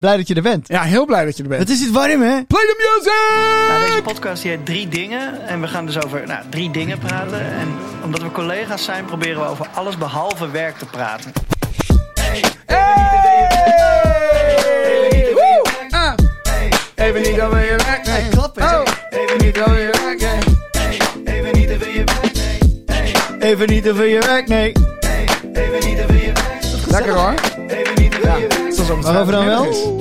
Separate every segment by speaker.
Speaker 1: Blij dat je er bent.
Speaker 2: Ja, heel blij dat je er bent.
Speaker 1: Het is iets warm, hè?
Speaker 2: Play the music!
Speaker 3: Nou, deze podcast die heet Drie Dingen. En we gaan dus over nou, drie dingen praten. En omdat we collega's zijn, proberen we over alles behalve werk te praten.
Speaker 2: Hey! Woe! Ah. Even niet over je werk. nee.
Speaker 1: klappen, hè?
Speaker 2: Oh. Even niet over je werk. nee.
Speaker 3: Even niet, dan wil je weg.
Speaker 1: Even niet over je werk, nee.
Speaker 3: Even niet, dan wil je weg.
Speaker 2: Lekker hoor.
Speaker 3: Even niet, dan wil je weg.
Speaker 2: Zoals over
Speaker 1: Waarover dan wel?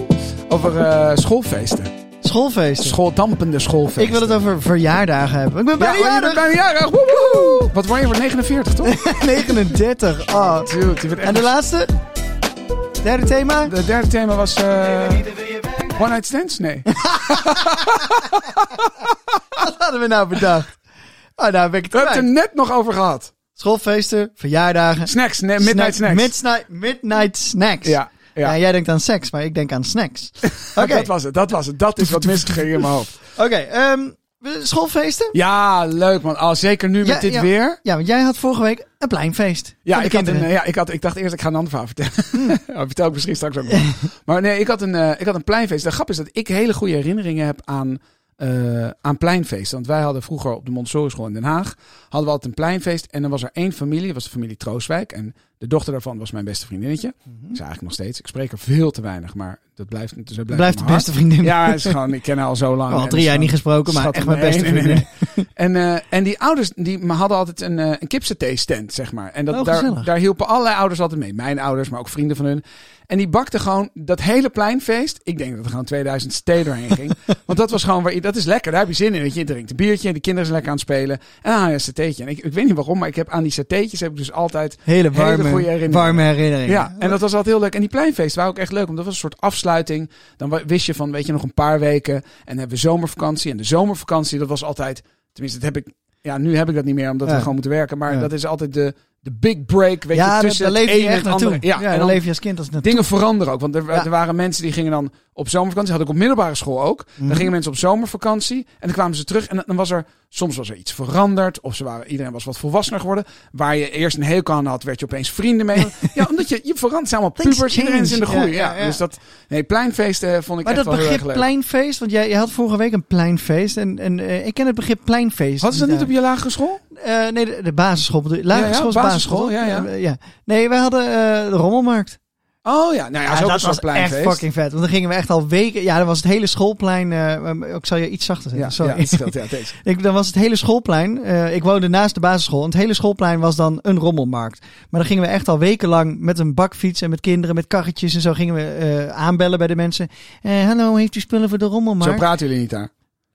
Speaker 2: Over eh, schoolfeesten.
Speaker 1: Schoolfeesten.
Speaker 2: School, dampende schoolfeesten.
Speaker 1: Ik wil het over verjaardagen hebben. Ik ben
Speaker 2: Ja,
Speaker 1: bijna
Speaker 2: oh, je bent
Speaker 1: jarig.
Speaker 2: bijna jarig. Woehoe. Wat word je voor 49, toch?
Speaker 1: 39. Oh.
Speaker 2: Dude, je bent echt...
Speaker 1: En de laatste? Derde thema?
Speaker 2: Het derde thema was... eh, One Night Stands? Nee.
Speaker 1: Wat hadden we nou bedacht? Oh, nou ben ik het
Speaker 2: We hebben het
Speaker 1: kwijt.
Speaker 2: er net nog over gehad.
Speaker 1: Schoolfeesten, verjaardagen.
Speaker 2: Snacks. Nee, midnight
Speaker 1: snack-
Speaker 2: Snacks.
Speaker 1: Midnight, midnight snacks.
Speaker 2: Ja, ja.
Speaker 1: jij denkt aan seks, maar ik denk aan snacks. Oké,
Speaker 2: Dat was het, dat was het. Dat is wat misging in mijn hoofd.
Speaker 1: oké, ehm, schoolfeesten?
Speaker 2: Ja, leuk man. Ah, zeker nu met dit
Speaker 1: ja,
Speaker 2: weer.
Speaker 1: Ja, want jij had vorige week een pleinfeest.
Speaker 2: Ja,
Speaker 1: Voor de
Speaker 2: ik, had een,
Speaker 1: kinderen. Hmm.
Speaker 2: eh, ja ik, had, ik dacht eerst, ik ga een ander verhaal vertellen. Ja, vertel ik misschien straks ook nog. Maar nee, ik had, een, eh, ik had een pleinfeest. De grap is dat ik hele goede herinneringen heb aan, eh, aan pleinfeesten. Want wij hadden vroeger op de Montessori school in Den Haag... hadden we altijd een pleinfeest. En dan was er één familie, dat was de familie Trooswijk. En de dochter daarvan was mijn beste vriendinnetje.
Speaker 1: Mhm.
Speaker 2: Is eigenlijk nog steeds. Ik spreek er veel te weinig, maar dat blijft... Dus dat blijft,
Speaker 1: Blijft
Speaker 2: in
Speaker 1: de
Speaker 2: mijn hart.
Speaker 1: beste vriendin.
Speaker 2: Ja, is gewoon, ik ken haar al zo lang.
Speaker 1: Al
Speaker 2: En
Speaker 1: drie
Speaker 2: Oh, is
Speaker 1: jaar
Speaker 2: gewoon-
Speaker 1: niet gesproken, maar
Speaker 2: Schat,
Speaker 1: echt mijn
Speaker 2: nee,
Speaker 1: beste
Speaker 2: nee, nee,
Speaker 1: vriendin.
Speaker 2: nee. En, eh, en die ouders die ma- hadden altijd een, eh een kipsethee-stand, zeg maar. En dat,
Speaker 1: Oh, gezellig.
Speaker 2: daar, daar hielpen allerlei ouders altijd mee. Mijn ouders, maar ook vrienden van hun. En die bakten gewoon dat hele pleinfeest. Ik denk dat er gewoon 2000 steen doorheen ging. Want dat was gewoon, waar, je- dat is lekker. Daar heb je zin in. Dat je drinkt een biertje en de kinderen zijn lekker aan het spelen. En dan haal je een satéetje. En ik, ik weet niet waarom, maar ik heb aan die satéetjes heb ik dus altijd...
Speaker 1: Hele
Speaker 2: Hele
Speaker 1: warme,
Speaker 2: goede herinneringen.
Speaker 1: warme herinneringen.
Speaker 2: Ja, en dat was altijd heel leuk. En die pleinfeesten waren ook echt leuk, omdat dat was een soort afsluiting. Dan wa- wist je van, weet je, nog een paar weken. En dan hebben we zomervakantie. En de zomervakantie, dat was altijd... Tenminste, dat heb ik... Ja, nu heb ik dat niet meer, omdat
Speaker 1: Ja.
Speaker 2: we gewoon moeten werken. Maar
Speaker 1: Ja.
Speaker 2: dat is altijd de, de big break, weet
Speaker 1: ja,
Speaker 2: je,
Speaker 1: dat-
Speaker 2: tussen
Speaker 1: daar
Speaker 2: het
Speaker 1: leef je
Speaker 2: ene en
Speaker 1: echt
Speaker 2: het
Speaker 1: naartoe.
Speaker 2: andere. Ja,
Speaker 1: ja,
Speaker 2: en
Speaker 1: daar
Speaker 2: dan
Speaker 1: leef je als kind als naartoe.
Speaker 2: dingen veranderen ook. Want er,
Speaker 1: Ja.
Speaker 2: er waren mensen die gingen dan op zomervakantie. Had ik op middelbare school ook.
Speaker 1: Mhm.
Speaker 2: Dan gingen mensen op zomervakantie. En dan kwamen ze terug. En dan- dan was er, soms was er iets veranderd. Of ze waren, iedereen was wat volwassener geworden. Waar je eerst een hekel aan had, werd je opeens vrienden mee. ja, omdat je, je verandert zijn allemaal
Speaker 1: Things
Speaker 2: pubers. Iedereen is in de
Speaker 1: change.
Speaker 2: groei.
Speaker 1: Ja,
Speaker 2: Ja,
Speaker 1: ja, ja.
Speaker 2: Dus dat, nee, pleinfeesten vond ik
Speaker 1: Maar
Speaker 2: echt
Speaker 1: dat
Speaker 2: wel heel
Speaker 1: begrip
Speaker 2: erg leuk.
Speaker 1: pleinfeest, want jij, jij had vorige week een pleinfeest. En, en eh, ik ken het begrip pleinfeest.
Speaker 2: Hadden ze dat niet op je lagere school?
Speaker 1: Eh, nee, de, de basisschool. bedoel je? Lagere
Speaker 2: Ja, ja,
Speaker 1: school is
Speaker 2: basisschool,
Speaker 1: basisschool.
Speaker 2: ja, ja.
Speaker 1: Eh, Nee, wij hadden eh, de rommelmarkt.
Speaker 2: Oh ja, nou ja,
Speaker 1: Ja,
Speaker 2: zo
Speaker 1: dat
Speaker 2: was
Speaker 1: was
Speaker 2: zo'n pleinfeest.
Speaker 1: echt fucking vet. Want dan gingen we echt al weken... Ja, dan was het hele schoolplein... eh, maar ik zal je iets zachter zetten,
Speaker 2: ja,
Speaker 1: sorry.
Speaker 2: ja, dat scheelt, ja, deze.
Speaker 1: Ik, dan was het hele schoolplein. eh, ik woonde naast de basisschool. En het hele schoolplein was dan een rommelmarkt. Maar dan gingen we echt al wekenlang met een bakfiets en met kinderen, met karretjes en zo gingen we eh, aanbellen bij de mensen. Eh, hallo, heeft u spullen voor de
Speaker 2: Zo
Speaker 1: rommelmarkt?
Speaker 2: praten jullie niet daar.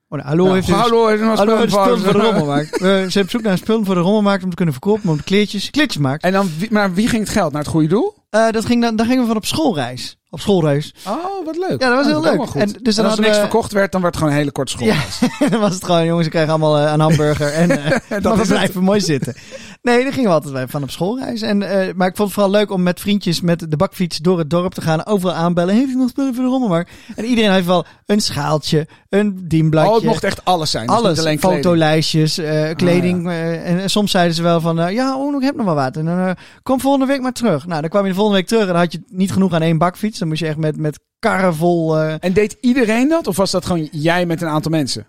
Speaker 1: Oh, nou, hallo,
Speaker 2: Nou,
Speaker 1: heeft u
Speaker 2: hallo, heeft u nog
Speaker 1: hallo,
Speaker 2: spullen
Speaker 1: heeft u spullen voor de
Speaker 2: voor-
Speaker 1: rommelmarkt? We zijn op zoek naar spullen voor de rommelmarkt om te kunnen verkopen, om kleertjes, kleertjes maakt.
Speaker 2: En dan, wie- maar wie ging het geld? Naar het goede doel?
Speaker 1: Eh dat ging dan, dan gingen we van op schoolreis. Op schoolreis.
Speaker 2: Oh, wat leuk.
Speaker 1: Ja, dat was
Speaker 2: Oh,
Speaker 1: heel
Speaker 2: is ook
Speaker 1: leuk.
Speaker 2: wel goed.
Speaker 1: En dus dan
Speaker 2: En als er
Speaker 1: hadden
Speaker 2: niks
Speaker 1: we-
Speaker 2: verkocht werd, dan werd het gewoon een hele korte school.
Speaker 1: Ja, dan was het gewoon, jongens, ik krijg allemaal eh, een hamburger. En eh, maar we
Speaker 2: is het.
Speaker 1: blijven mooi zitten. Nee, daar gingen we altijd bij van op schoolreis. En, eh, maar ik vond het vooral leuk om met vriendjes met de bakfiets door het dorp te gaan. Overal aanbellen. Heeft u nog spullen voor de rommelmarkt? En iedereen heeft wel een schaaltje, een dienbladje.
Speaker 2: Oh, het mocht echt alles zijn. Dus
Speaker 1: alles,
Speaker 2: niet alleen kleding. Ah,
Speaker 1: fotolijstjes, eh, kleding. eh, en, en soms zeiden ze wel van, eh, ja, oh, ik heb nog wel wat. En dan eh, kom volgende week maar terug. Nou, dan kwam je de volgende week terug en dan had je niet genoeg aan één bakfiets. Dan moest je echt met, met karren vol... eh,
Speaker 2: En deed iedereen dat? Of was dat gewoon jij met een aantal mensen?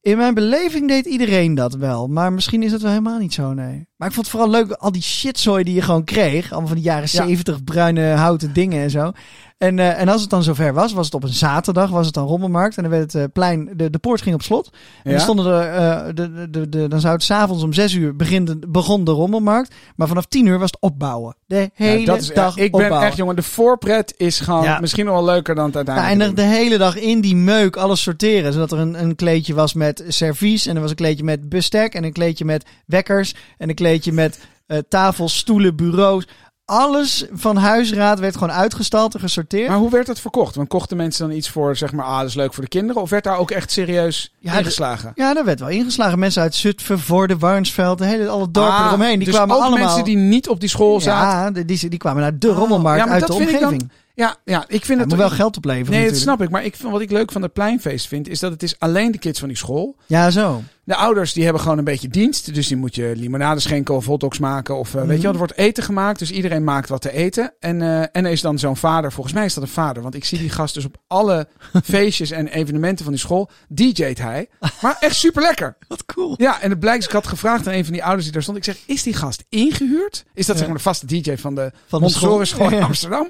Speaker 1: In mijn beleving deed iedereen dat wel. Maar misschien is dat wel helemaal niet zo, nee. Maar ik vond het vooral leuk, al die shitzooi die je gewoon kreeg. Allemaal van die jaren
Speaker 2: Ja.
Speaker 1: zeventig bruine houten dingen en zo. En, eh, en als het dan zover was, was het op een zaterdag, was het dan rommelmarkt. En dan werd het eh, plein, de, de poort ging op slot. En
Speaker 2: Ja?
Speaker 1: dan stonden er, eh, de, de, de, de- dan zou het s'avonds om zes uur begin de- begon de rommelmarkt. Maar vanaf tien uur was het opbouwen. De
Speaker 2: Ja,
Speaker 1: hele
Speaker 2: dat is,
Speaker 1: dag
Speaker 2: ik ben
Speaker 1: opbouwen.
Speaker 2: echt, jongen, de voorpret is gewoon
Speaker 1: Ja.
Speaker 2: misschien nog wel leuker dan het
Speaker 1: Ja, Nou, en
Speaker 2: uiteindelijk.
Speaker 1: er de hele dag in die meuk alles sorteren. Zodat er een, een kleedje was met servies. En er was een kleedje met bestek. En een kleedje met wekkers. En een kleedje met eh, tafels, stoelen, bureaus. Alles van huisraad werd gewoon uitgestald en gesorteerd.
Speaker 2: Maar hoe werd dat verkocht? Want kochten mensen dan iets voor, zeg maar, ah, dat is leuk voor de kinderen? Of werd daar ook echt serieus
Speaker 1: Ja, de-
Speaker 2: ingeslagen?
Speaker 1: ja, daar werd wel ingeslagen. Mensen uit Zutphen, Vorden, Warnsveld, de hele, alle dorpen
Speaker 2: Ah,
Speaker 1: eromheen. Die
Speaker 2: dus
Speaker 1: kwamen
Speaker 2: ook
Speaker 1: allemaal...
Speaker 2: mensen die niet op die school zaten. Ah.
Speaker 1: ja, die, die, die kwamen naar de rommelmarkt
Speaker 2: Ja, maar
Speaker 1: uit de
Speaker 2: dat vind ik
Speaker 1: omgeving.
Speaker 2: dan- Ja, ja ik vind
Speaker 1: Het
Speaker 2: het
Speaker 1: moet wel geld opleveren
Speaker 2: Nee, dat
Speaker 1: natuurlijk.
Speaker 2: snap ik. Maar ik, vind- wat ik leuk van het pleinfeest vind, is dat het is alleen de kids van die school.
Speaker 1: Ja, zo.
Speaker 2: De ouders die hebben gewoon een beetje dienst. Dus die moet je limonade schenken of hotdogs maken. Of eh,
Speaker 1: Mhm.
Speaker 2: weet je wel, er wordt eten gemaakt. Dus iedereen maakt wat te eten. En, eh, en er is dan zo'n vader. Volgens mij is dat een vader. Want ik zie die gast dus op alle feestjes en evenementen van die school. DJ't hij. Maar echt super lekker.
Speaker 1: Wat cool.
Speaker 2: Ja, en het blijkt, dus ik had gevraagd aan een van die ouders die daar stond. Ik zeg, is die gast ingehuurd? Is dat
Speaker 1: Ja.
Speaker 2: zeg maar de vaste DJ van de
Speaker 1: Van de
Speaker 2: Montessori
Speaker 1: school.
Speaker 2: school in Amsterdam?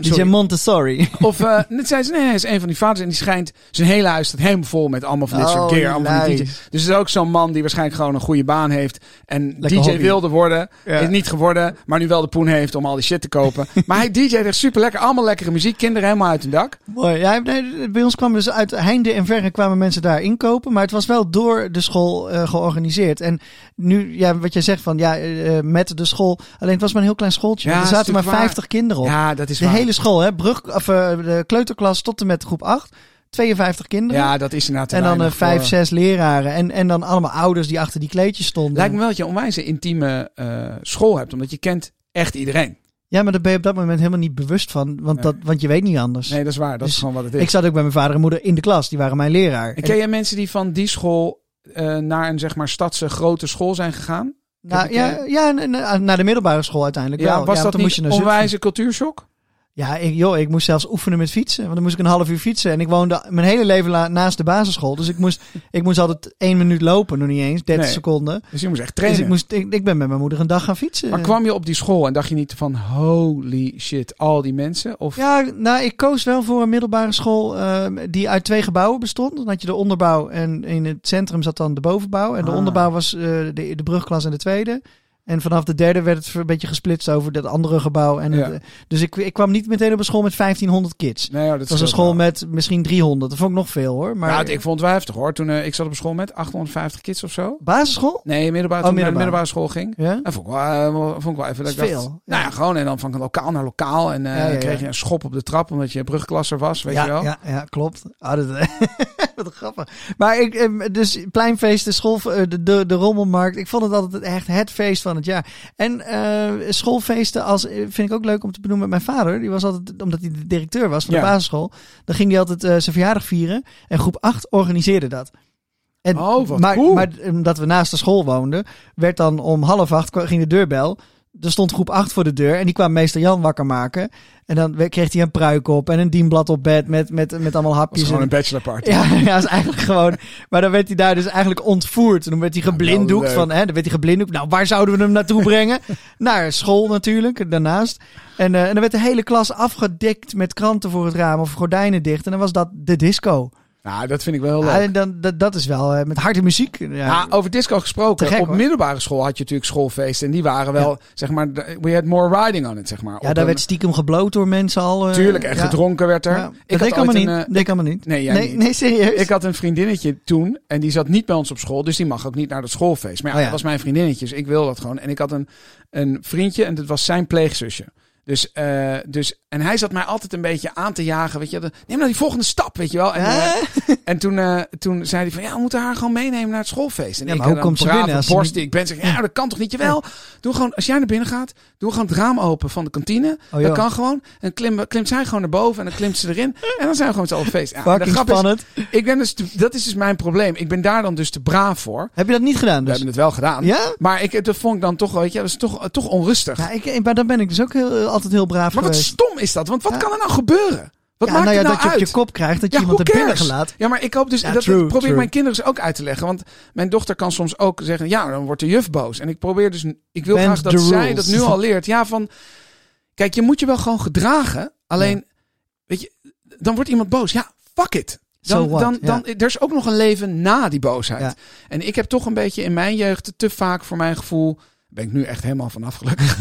Speaker 1: DJ Montessori.
Speaker 2: Of eh net zei ze, nee, hij is een van die vaders. En die schijnt, zijn hele huis staat helemaal vol met allemaal van dit
Speaker 1: Oh,
Speaker 2: soort gear. Allemaal van die
Speaker 1: nice.
Speaker 2: DJ's. Dus er is ook zo'n man die waarschijnlijk gewoon een goede baan heeft. En
Speaker 1: Lekker
Speaker 2: DJ
Speaker 1: hobby.
Speaker 2: wilde worden.
Speaker 1: Ja.
Speaker 2: Is niet geworden, maar nu wel de poen heeft om al die shit te kopen. maar hij DJ echt super lekker. Allemaal lekkere muziek. Kinderen helemaal uit hun dak.
Speaker 1: Mooi. Ja, nee, bij ons kwamen dus uit heinde en verre kwamen mensen daar inkopen. Maar het was wel door de school eh, georganiseerd. En nu, ja, wat jij zegt van ja, eh, eh, met de school. Alleen het was maar een heel klein schooltje.
Speaker 2: Ja,
Speaker 1: er
Speaker 2: is
Speaker 1: zaten maar
Speaker 2: natuurlijk
Speaker 1: 50 kinderen op.
Speaker 2: Ja, dat is
Speaker 1: de
Speaker 2: waar.
Speaker 1: hele school, hè? Brug, of, eh, de kleuterklas tot en met groep 8. 52 kinderen.
Speaker 2: Ja, dat is inderdaad te
Speaker 1: en dan eh
Speaker 2: weinig
Speaker 1: vijf,
Speaker 2: voor-
Speaker 1: zes leraren. En, en dan allemaal ouders die achter die kleedjes stonden.
Speaker 2: Lijkt me wel dat je een onwijs een intieme eh, school hebt. Omdat je kent echt iedereen.
Speaker 1: Ja, maar daar ben je op dat moment helemaal niet bewust van. Want,
Speaker 2: Nee.
Speaker 1: dat, want je weet niet anders.
Speaker 2: Nee, dat is waar. Dat
Speaker 1: Dus
Speaker 2: is gewoon wat het is.
Speaker 1: ik zat ook bij mijn vader en moeder in de klas. Die waren mijn leraar.
Speaker 2: En ken jij mensen die van die school eh, naar een zeg maar stadse grote school zijn gegaan? Heb
Speaker 1: Nou,
Speaker 2: ik, eh,
Speaker 1: ja, ja, na- na- naar de middelbare school uiteindelijk wel.
Speaker 2: Ja, was
Speaker 1: want
Speaker 2: dat
Speaker 1: dan
Speaker 2: niet een
Speaker 1: naar Zutphen.
Speaker 2: onwijze cultuurshock?
Speaker 1: Ja, ik, joh, ik moest zelfs oefenen met fietsen. Want dan moest ik een half uur fietsen. En ik woonde mijn hele leven la- naast de basisschool. Dus ik moest, ik moest altijd één minuut lopen, nog niet eens. 30
Speaker 2: Nee.
Speaker 1: seconden.
Speaker 2: Dus je moest
Speaker 1: Dus
Speaker 2: echt trainen.
Speaker 1: ik, moest, eh, ik, ik ben met mijn moeder een dag gaan fietsen.
Speaker 2: Maar kwam je op die school en dacht je niet van holy shit, al die mensen? Of
Speaker 1: Ja, nou, ik koos wel voor een middelbare school ehm, die uit twee gebouwen bestond. Dan had je de onderbouw en in het centrum zat dan de bovenbouw. En de
Speaker 2: Ah.
Speaker 1: onderbouw was eh, de, de brugklas en de tweede. En vanaf de derde werd het een beetje gesplitst over dat andere gebouw. En
Speaker 2: Ja.
Speaker 1: het, eh, dus ik, ik kwam niet meteen op een school met 1500 kids.
Speaker 2: nee, Nou ja, dat
Speaker 1: Het was een
Speaker 2: scheelt
Speaker 1: school
Speaker 2: wel.
Speaker 1: met misschien 300. Dat vond ik nog veel hoor. Maar
Speaker 2: Ja, Nou, het- ik vond het wel heftig hoor. Toen eh, ik zat op een school met 850 kids of zo.
Speaker 1: basisschool?
Speaker 2: Nee, middelbaar,
Speaker 1: Oh,
Speaker 2: toen ik naar de
Speaker 1: middelbaar.
Speaker 2: middelbare school ging.
Speaker 1: Ja.
Speaker 2: En vond ik wel, eh, wel- vond ik wel even dat ik
Speaker 1: Dat is
Speaker 2: dacht,
Speaker 1: veel, ja.
Speaker 2: Nou ja, gewoon en dan van lokaal naar lokaal. En eh,
Speaker 1: Ja, ja, ja.
Speaker 2: kreeg je een schop op de trap omdat je brugklasser was, weet
Speaker 1: ja,
Speaker 2: je wel.
Speaker 1: Ja, ja klopt. Ah, dat, wat grappig. Maar ik, eh, dus pleinfeest, de, school, eh, de, de, de rommelmarkt. Ik vond het altijd echt het feest van het jaar. En eh, schoolfeesten als, eh, vind ik ook leuk om te benoemen. Mijn vader, die was altijd, omdat hij de directeur was van de
Speaker 2: Ja.
Speaker 1: basisschool. Dan ging hij altijd eh, zijn verjaardag vieren. En groep 8 organiseerde dat. En,
Speaker 2: Oh, wat
Speaker 1: maar,
Speaker 2: cool.
Speaker 1: maar omdat we naast de school woonden, werd dan om half acht kwa- ging de deurbel. Er stond groep 8 voor de deur en die kwam meester Jan wakker maken. En dan we- kreeg hij een pruik op en een dienblad op bed met, met, met allemaal
Speaker 2: was
Speaker 1: hapjes.
Speaker 2: gewoon een
Speaker 1: en-
Speaker 2: bachelorparty.
Speaker 1: ja, ja, is eigenlijk gewoon. Maar dan werd hij daar dus eigenlijk ontvoerd. En dan werd hij geblinddoekt
Speaker 2: wel leuk.
Speaker 1: van, hè, dan werd hij geblinddoekt. Nou, waar zouden we hem naartoe brengen? Naar school natuurlijk, daarnaast. En, eh, en dan werd de hele klas afgedekt met kranten voor het raam of gordijnen dicht. En dan was dat de disco.
Speaker 2: Nou, dat vind ik wel heel leuk. Ah,
Speaker 1: Ja, en dan, dat, dat is wel eh, met harde muziek. Ja,
Speaker 2: Ja, over disco gesproken.
Speaker 1: Te gek,
Speaker 2: op
Speaker 1: hoor.
Speaker 2: middelbare school had je natuurlijk schoolfeesten. En die waren wel, zeg maar, d- we had more riding on it, zeg maar.
Speaker 1: ja
Speaker 2: Op
Speaker 1: daar
Speaker 2: een-
Speaker 1: werd stiekem gebloot door mensen al. eh,
Speaker 2: Tuurlijk, en
Speaker 1: ja.
Speaker 2: gedronken werd er.
Speaker 1: Ja, dat
Speaker 2: Ik, had
Speaker 1: deed allemaal
Speaker 2: ooit
Speaker 1: niet.
Speaker 2: een, eh,
Speaker 1: deed allemaal niet.
Speaker 2: Nee, jij
Speaker 1: nee,
Speaker 2: niet.
Speaker 1: nee, serieus.
Speaker 2: ik had een vriendinnetje toen en die zat niet bij ons op school, dus die mag ook niet naar dat schoolfeest. Maar ja,
Speaker 1: Oh ja.
Speaker 2: dat was mijn vriendinnetje, dus ik wil dat gewoon. En ik had een, een vriendje en dat was zijn pleegzusje. Dus, eh, dus, en hij zat mij altijd een beetje aan te jagen, weet je. de- Neem nou die volgende stap, weet je wel. En,
Speaker 1: Hè?
Speaker 2: eh, en toen, eh, toen zei hij van, ja, we moeten haar gewoon meenemen naar het schoolfeest. En
Speaker 1: Ja,
Speaker 2: ik
Speaker 1: maar hoe
Speaker 2: dan
Speaker 1: komt ze
Speaker 2: braaf
Speaker 1: binnen
Speaker 2: en
Speaker 1: als ze
Speaker 2: borstig
Speaker 1: niet-
Speaker 2: Ik ben zeg, ja, dat kan toch niet? Jawel, doe gewoon, als jij naar binnen gaat, doe gewoon het raam open van de kantine.
Speaker 1: Oh, joh.
Speaker 2: dat kan gewoon. En klim, klimt zij gewoon naar boven en dan klimt ze erin. En dan zijn we gewoon met z'n allen op feest. Ja, en de
Speaker 1: Fucking
Speaker 2: grap is,
Speaker 1: spannend.
Speaker 2: ik ben dus, te- dat is dus mijn probleem. Ik ben daar dan dus te braaf voor.
Speaker 1: Heb je dat niet gedaan dus?
Speaker 2: We hebben het wel gedaan.
Speaker 1: Ja?
Speaker 2: Maar ik, dat vond ik dan toch, weet je, dat is toch, toch onrustig.
Speaker 1: Ja, ik, maar dan ben ik dus ook heel, altijd heel braaf
Speaker 2: maar wat
Speaker 1: geweest.
Speaker 2: stom is dat? Want wat
Speaker 1: Ja.
Speaker 2: kan er nou gebeuren? Wat
Speaker 1: ja, nou
Speaker 2: maakt
Speaker 1: ja,
Speaker 2: het nou
Speaker 1: dat je
Speaker 2: uit?
Speaker 1: op je kop krijgt, dat je
Speaker 2: Ja,
Speaker 1: iemand
Speaker 2: who
Speaker 1: er binnen
Speaker 2: cares?
Speaker 1: laat.
Speaker 2: Ja, maar ik hoop dus,
Speaker 1: Ja,
Speaker 2: dat,
Speaker 1: true,
Speaker 2: dat probeer ik
Speaker 1: true.
Speaker 2: mijn kinderen dus ook uit te leggen. Want mijn dochter kan soms ook zeggen, ja, dan wordt de juf boos. En ik probeer dus, ik wil
Speaker 1: Bend
Speaker 2: graag dat
Speaker 1: the
Speaker 2: zij
Speaker 1: rules.
Speaker 2: dat nu al leert. Ja, van, kijk, je moet je wel gewoon gedragen. Alleen, weet je, dan wordt iemand boos. Ja, fuck it. Dan,
Speaker 1: So what?
Speaker 2: dan,
Speaker 1: Ja.
Speaker 2: dan, Er is ook nog een leven na die boosheid.
Speaker 1: Ja.
Speaker 2: En ik heb toch een beetje in mijn jeugd te vaak voor mijn gevoel... ben ik nu echt helemaal vanaf gelukkig.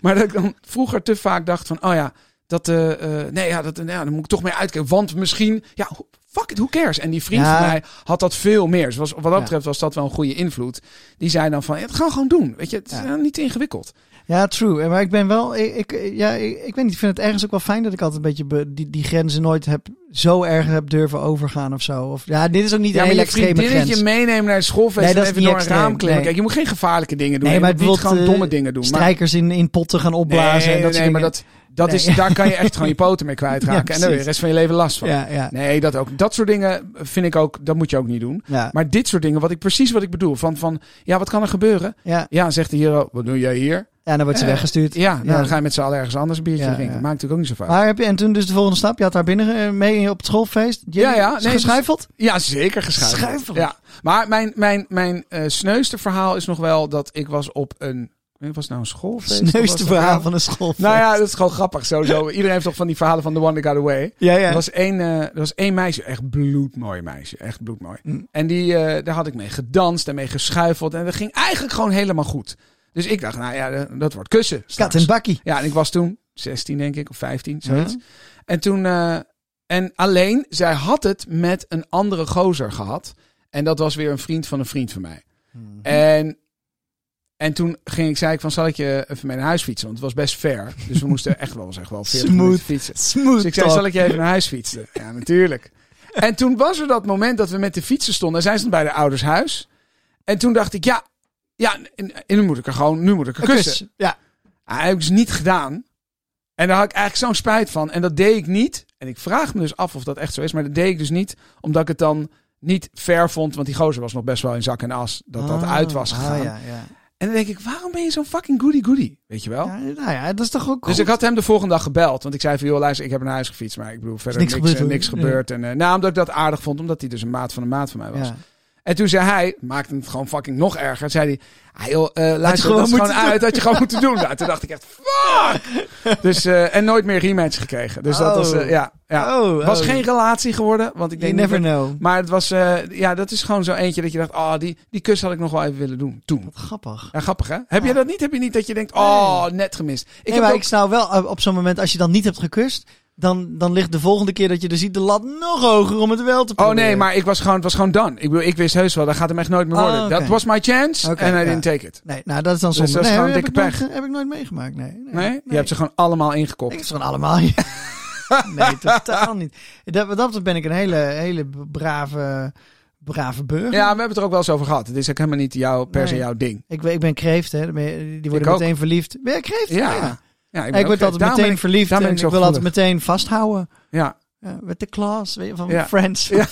Speaker 2: maar dat ik dan vroeger te vaak dacht van... oh ja, dat, eh, eh, nee, ja, dat, nou ja, dan moet ik toch mee uitkijken. Want misschien... Ja, ho- fuck it, who cares? En die vriend
Speaker 1: Ja.
Speaker 2: van mij had dat veel meer. Dus was, wat dat
Speaker 1: Ja.
Speaker 2: betreft was dat wel een goede invloed. Die zei dan van, ja, dat gaan we gewoon doen. Weet je, het is
Speaker 1: Ja.
Speaker 2: eh, niet ingewikkeld.
Speaker 1: Ja, true. Eh, En Maar ik ben wel, ik, ik, ja, ik, ik weet niet, ik vind het ergens ook wel fijn dat ik altijd een beetje be- die, die grenzen nooit heb zo erg heb durven overgaan of zo. Of, ja, dit is ook niet een hele extreme grens.
Speaker 2: je meenemen naar een schoolfeest
Speaker 1: Nee, dat
Speaker 2: en
Speaker 1: is
Speaker 2: even
Speaker 1: niet
Speaker 2: door een
Speaker 1: extreem,
Speaker 2: raam klimmen.
Speaker 1: nee.
Speaker 2: Kijk, je moet geen gevaarlijke dingen doen.
Speaker 1: Nee,
Speaker 2: je
Speaker 1: maar
Speaker 2: moet niet
Speaker 1: bijvoorbeeld,
Speaker 2: gewoon
Speaker 1: eh,
Speaker 2: domme dingen doen. Maar-
Speaker 1: Strijkers in, in potten gaan opblazen en dat
Speaker 2: nee,
Speaker 1: soort dingen.
Speaker 2: maar dat, dat
Speaker 1: Nee.
Speaker 2: is, daar kan je echt gewoon je poten mee
Speaker 1: Ja,
Speaker 2: kwijtraken. en
Speaker 1: precies.
Speaker 2: daar heb je de rest van je leven last van.
Speaker 1: Ja, ja.
Speaker 2: Nee, dat ook. Dat soort dingen vind ik ook, dat moet je ook niet doen.
Speaker 1: Ja,
Speaker 2: Maar dit soort dingen, wat ik precies wat ik bedoel. Van, van ja, wat kan er gebeuren?
Speaker 1: ja.
Speaker 2: Ja, zegt de hero, wat doe jij hier?
Speaker 1: ja, dan wordt ze
Speaker 2: Eh,
Speaker 1: weggestuurd.
Speaker 2: Ja, nou,
Speaker 1: Ja.
Speaker 2: dan ga je met z'n allen ergens anders een biertje
Speaker 1: Ja,
Speaker 2: drinken.
Speaker 1: ja.
Speaker 2: Maakt natuurlijk ook niet zo vaak.
Speaker 1: Maar heb je, en toen dus de volgende stap, je had daar binnen eh, mee op het schoolfeest. Je
Speaker 2: Ja, ja, nee,
Speaker 1: geschuifeld?
Speaker 2: Ja, zeker geschuifeld.
Speaker 1: Geschuifeld.
Speaker 2: Ja. Maar mijn, mijn, mijn eh sneuste verhaal is nog wel dat ik was op een... Was het nou een schoolfeest? Of was
Speaker 1: Sneuste
Speaker 2: het-
Speaker 1: verhaal van een schoolfeest.
Speaker 2: Nou ja, dat is gewoon grappig sowieso. Iedereen heeft toch van die verhalen van The One That Got Away.
Speaker 1: ja, ja.
Speaker 2: Er, was één, eh, er was één meisje, echt bloedmooi meisje, echt bloedmooi.
Speaker 1: Mm.
Speaker 2: En die, eh, daar had ik mee gedanst en mee geschuifeld en dat ging eigenlijk gewoon helemaal goed. Dus ik dacht, nou ja, eh, dat wordt kussen.
Speaker 1: Kat
Speaker 2: straks.
Speaker 1: en bakkie.
Speaker 2: Ja, en ik was toen 16 denk ik, of 15, zoiets.
Speaker 1: Mm.
Speaker 2: En toen, eh, en alleen, zij had het met een andere gozer gehad. En dat was weer een vriend van een vriend van mij.
Speaker 1: Mm.
Speaker 2: En, en toen ging ik, zei ik van, zal ik je even mee naar huis fietsen? Want het was best ver. Dus we moesten echt wel, zeg wel, 40
Speaker 1: Smooth.
Speaker 2: minuten fietsen.
Speaker 1: Smooth
Speaker 2: Dus ik zei,
Speaker 1: talk.
Speaker 2: zal ik je even naar huis fietsen? Ja, natuurlijk. En toen was er dat moment dat we met de fietsen stonden. En zij stond bij de ouders huis. En toen dacht ik, ja, ja en, en nu moet ik er gewoon, nu moet ik er
Speaker 1: Een
Speaker 2: kussen.
Speaker 1: kus. Ja.
Speaker 2: Ah, dat heb ik dus niet gedaan. En daar had ik eigenlijk zo'n spijt van. En dat deed ik niet. En ik vraag me dus af of dat echt zo is. Maar dat deed ik dus niet, omdat ik het dan niet fair vond. Want die gozer was nog best wel in zak en as. Dat dat
Speaker 1: Ah,
Speaker 2: uit was
Speaker 1: ah,
Speaker 2: gegaan.
Speaker 1: ja, ja.
Speaker 2: En dan denk ik, waarom ben je zo'n fucking goody-goody? Weet je wel?
Speaker 1: Ja, nou ja, dat is toch ook
Speaker 2: Oh. Dus
Speaker 1: goed?
Speaker 2: ik had hem de volgende dag gebeld. Want ik zei van, joh, luister, ik heb naar huis gefietst. Maar ik bedoel, verder
Speaker 1: niks
Speaker 2: niks,
Speaker 1: gebeurd,
Speaker 2: eh,
Speaker 1: hoor.
Speaker 2: niks
Speaker 1: Ja.
Speaker 2: gebeurd. En, eh, nou, omdat ik dat aardig vond. Omdat hij dus een maat van een maat van mij was.
Speaker 1: Ja.
Speaker 2: En toen zei hij, maakte het gewoon fucking nog erger. Zei hij, ah joh, eh
Speaker 1: Had je
Speaker 2: luister,
Speaker 1: gewoon
Speaker 2: dat is
Speaker 1: moeten
Speaker 2: gewoon uit. Dat je gewoon moeten doen. Nou, toen dacht ik echt, fuck! Dus, eh, en nooit meer rematch gekregen. Dus dat was,
Speaker 1: Oh.
Speaker 2: eh, ja. ja.
Speaker 1: Oh,
Speaker 2: was
Speaker 1: oh.
Speaker 2: geen relatie geworden. Want ik
Speaker 1: You
Speaker 2: denk niet
Speaker 1: never
Speaker 2: dat-
Speaker 1: know.
Speaker 2: Maar het was, eh, ja, dat is gewoon zo eentje dat je dacht, oh, die, die kus had ik nog wel even willen doen. Toen.
Speaker 1: Grappig.
Speaker 2: Ja, grappig hè? Heb je dat niet? Heb je niet dat je denkt, oh, net gemist. Ik
Speaker 1: Ik
Speaker 2: heb
Speaker 1: maar
Speaker 2: ook-
Speaker 1: ik snap wel eh, op zo'n moment, als je dan niet hebt gekust, dan, dan ligt de volgende keer dat je er ziet de lat nog hoger om het wel te
Speaker 2: Oh
Speaker 1: proberen.
Speaker 2: nee, maar ik was gewoon, het was gewoon done. Ik, bedoel, ik wist heus wel, dat gaat hem echt nooit meer
Speaker 1: Oh,
Speaker 2: worden.
Speaker 1: oké.
Speaker 2: Dat was my chance
Speaker 1: Oké,
Speaker 2: and I
Speaker 1: ja.
Speaker 2: didn't take it.
Speaker 1: Nee, nou dat is dan
Speaker 2: Dus
Speaker 1: zonde.
Speaker 2: dat is
Speaker 1: nee,
Speaker 2: gewoon
Speaker 1: heb
Speaker 2: dikke
Speaker 1: ik Nooit, heb ik nooit meegemaakt, nee. Nee?
Speaker 2: Nee? Je hebt ze gewoon allemaal ingekopt.
Speaker 1: Ik is gewoon allemaal... nee, totaal niet. Dat, wat dat betreft ben ik een hele, hele brave, brave burger.
Speaker 2: Ja, we hebben het er ook wel eens over gehad. Het is ook helemaal niet jouw, per se
Speaker 1: Nee.
Speaker 2: jouw ding.
Speaker 1: Ik, ben- ik ben kreeft, hè. Dan ben je- Die worden
Speaker 2: Ik ook.
Speaker 1: meteen verliefd. Ben je kreeft?
Speaker 2: Ja.
Speaker 1: Ja.
Speaker 2: Ja,
Speaker 1: Ik,
Speaker 2: ben ook
Speaker 1: word
Speaker 2: gek.
Speaker 1: altijd
Speaker 2: Daarom
Speaker 1: meteen
Speaker 2: ben ik-
Speaker 1: verliefd
Speaker 2: daarom
Speaker 1: en
Speaker 2: ben
Speaker 1: ik
Speaker 2: ik zo
Speaker 1: wil altijd
Speaker 2: gevoelig.
Speaker 1: meteen vasthouden.
Speaker 2: Ja.
Speaker 1: Ja, met de klas, weet je, van
Speaker 2: Ja.
Speaker 1: Friends.
Speaker 2: Ja.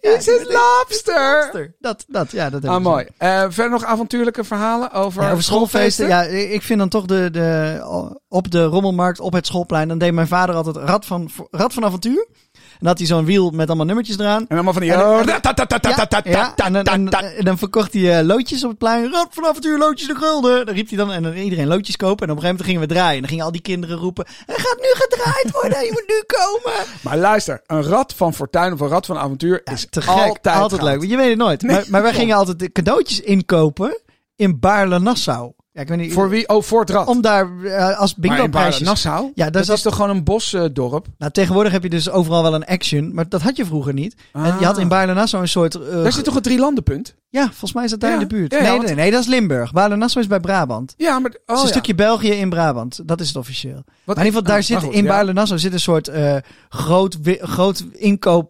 Speaker 2: Is het lobster?
Speaker 1: Monster. Dat, dat, ja, dat heb
Speaker 2: Ah,
Speaker 1: ik
Speaker 2: mooi. Eh, verder nog avontuurlijke verhalen over,
Speaker 1: Ja, over schoolfeesten. Ja, ik vind dan toch de, de, op de rommelmarkt, op het schoolplein, dan deed mijn vader altijd Rad van, rad van Avontuur. En dan had hij zo'n wiel met allemaal nummertjes eraan.
Speaker 2: En allemaal van die... Oh,
Speaker 1: En- en- Ja, ja, en, dan, en,
Speaker 2: Ja,
Speaker 1: en dan verkocht hij eh, loodjes op het plein. Rad van avontuur, loodjes de gulden. Dan riep hij dan en dan iedereen loodjes kopen. En op een gegeven moment gingen we draaien. En dan gingen al die kinderen roepen. Hij gaat nu gedraaid worden, je moet nu komen.
Speaker 2: Maar luister, een rat van fortuin of een rat van avontuur is
Speaker 1: Te gek,
Speaker 2: altijd,
Speaker 1: altijd,
Speaker 2: goud.
Speaker 1: leuk. want Je weet het nooit.
Speaker 2: Nee,
Speaker 1: maar, maar wij
Speaker 2: klopt.
Speaker 1: gingen altijd de cadeautjes inkopen in Baarle-Nassau. Ja, ik weet niet.
Speaker 2: Voor wie? Oh, voor het rat.
Speaker 1: Om daar eh, als
Speaker 2: Maar
Speaker 1: bingo
Speaker 2: in Baarle-
Speaker 1: prijsjes.
Speaker 2: Nassau?
Speaker 1: Ja, daar
Speaker 2: dat
Speaker 1: zat-
Speaker 2: is toch gewoon een bosdorp?
Speaker 1: Nou, tegenwoordig heb je dus overal wel een action, maar dat had je vroeger niet. En
Speaker 2: Ah.
Speaker 1: je had in Baarle-Nassau een soort... eh,
Speaker 2: daar zit toch een drielandenpunt?
Speaker 1: Ja, volgens mij is dat daar
Speaker 2: Ja,
Speaker 1: in de buurt.
Speaker 2: ja, ja,
Speaker 1: nee,
Speaker 2: want-
Speaker 1: nee, nee, dat is Limburg. Baarle-Nassau is bij Brabant.
Speaker 2: Ja, maar... Oh,
Speaker 1: het is
Speaker 2: ja.
Speaker 1: een stukje België in Brabant. Dat is het officieel.
Speaker 2: Wat-
Speaker 1: Maar in ieder geval, daar
Speaker 2: Ah, maar
Speaker 1: zit
Speaker 2: goed,
Speaker 1: in
Speaker 2: ja.
Speaker 1: Baarle-Nassau zit een soort eh, groot, wi- groot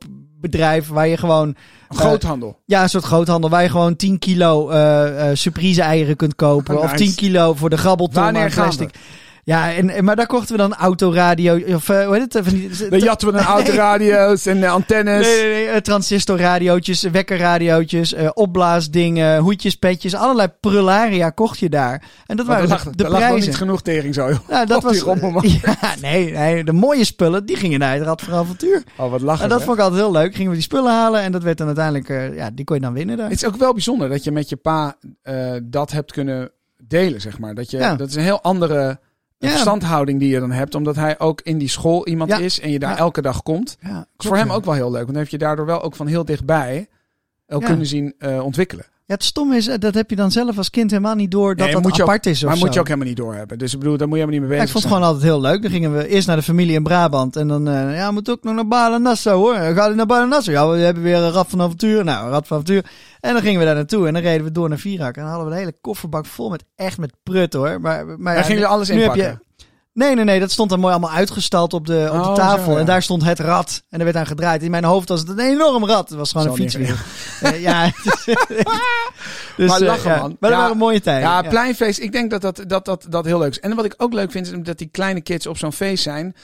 Speaker 1: inkoopbedrijf waar je gewoon... eh,
Speaker 2: Groothandel.
Speaker 1: ja, een soort groothandel waar je gewoon 10 kilo eh, eh, surprise eieren kunt kopen.
Speaker 2: Ah,
Speaker 1: Of
Speaker 2: nice.
Speaker 1: 10 kilo voor de grabbelton
Speaker 2: Wanneer
Speaker 1: aan
Speaker 2: gaan
Speaker 1: plastic. Ja, en, en- maar daar kochten we dan autoradio, of eh, hoe heet het? Van die-
Speaker 2: Dan jatten we een autoradio's en eh, antennes.
Speaker 1: Nee, nee, nee. eh, transistorradiootjes, eh, wekkerradiootjes, eh, opblaasdingen, hoedjes, petjes. Allerlei prularia kocht je daar. En dat
Speaker 2: Maar
Speaker 1: waren
Speaker 2: er lag-
Speaker 1: de, de
Speaker 2: er lag nog
Speaker 1: prijzen.
Speaker 2: niet genoeg tering zo. joh.
Speaker 1: Ja, Nou, dat
Speaker 2: op die
Speaker 1: was,
Speaker 2: rommelmarkt.
Speaker 1: ja, nee, nee, de mooie spullen, die gingen naar het Rad voor Avontuur.
Speaker 2: Oh, wat lachen.
Speaker 1: En dat
Speaker 2: hè?
Speaker 1: vond ik altijd heel leuk. Gingen we die spullen halen en dat werd dan uiteindelijk, eh, ja, die kon je dan winnen daar.
Speaker 2: Het is ook wel bijzonder dat je met je pa eh, dat hebt kunnen delen, zeg maar. Dat, je,
Speaker 1: Ja.
Speaker 2: dat is een heel andere eh,
Speaker 1: Ja.
Speaker 2: verstandhouding die je dan hebt. Omdat hij ook in die school iemand
Speaker 1: Ja.
Speaker 2: is en je daar
Speaker 1: Ja.
Speaker 2: elke dag komt.
Speaker 1: Ja, klopt,
Speaker 2: is voor hem
Speaker 1: ja.
Speaker 2: ook wel heel leuk. Want dan heb je daardoor wel ook van heel dichtbij ook
Speaker 1: Ja.
Speaker 2: kunnen zien eh, ontwikkelen.
Speaker 1: Ja, het stom is, eh, dat heb je dan zelf als kind helemaal niet door dat
Speaker 2: Nee,
Speaker 1: dat
Speaker 2: moet je ook-
Speaker 1: apart is of
Speaker 2: maar
Speaker 1: zo.
Speaker 2: moet je ook helemaal niet doorhebben. Dus ik bedoel, daar moet je helemaal niet mee
Speaker 1: Ja, ik
Speaker 2: bezig
Speaker 1: vond het
Speaker 2: zijn.
Speaker 1: gewoon altijd heel leuk. Dan gingen we eerst naar de familie in Brabant. En dan, eh, ja, moet ook nog naar Balen-Nassau hoor. Eh, Gaat u naar Balen-Nassau? Ja, we hebben weer een Rad van Avontuur. Nou, een Rad van Avontuur. En dan gingen we daar naartoe. En dan reden we door naar Vierak. En dan hadden we een hele kofferbak vol met echt met prut hoor. Maar, maar ja,
Speaker 2: En gingen jullie alles
Speaker 1: nu heb
Speaker 2: inpakken?
Speaker 1: je- Nee, nee, nee. Dat stond dan mooi allemaal uitgestald op de, op de
Speaker 2: Oh,
Speaker 1: tafel.
Speaker 2: zo, ja.
Speaker 1: En daar stond het rad. En er werd aan gedraaid. In mijn hoofd was het een enorm rad. Het was gewoon
Speaker 2: Zo
Speaker 1: een fietswiel. Eh, ja. dus,
Speaker 2: Maar
Speaker 1: eh,
Speaker 2: lachen,
Speaker 1: ja.
Speaker 2: man.
Speaker 1: Maar dat
Speaker 2: Ja.
Speaker 1: waren mooie tijden.
Speaker 2: Ja, pleinfeest. Ik denk dat dat, dat, dat dat heel leuk is. En wat ik ook leuk vind, is dat die kleine kids op zo'n feest zijn.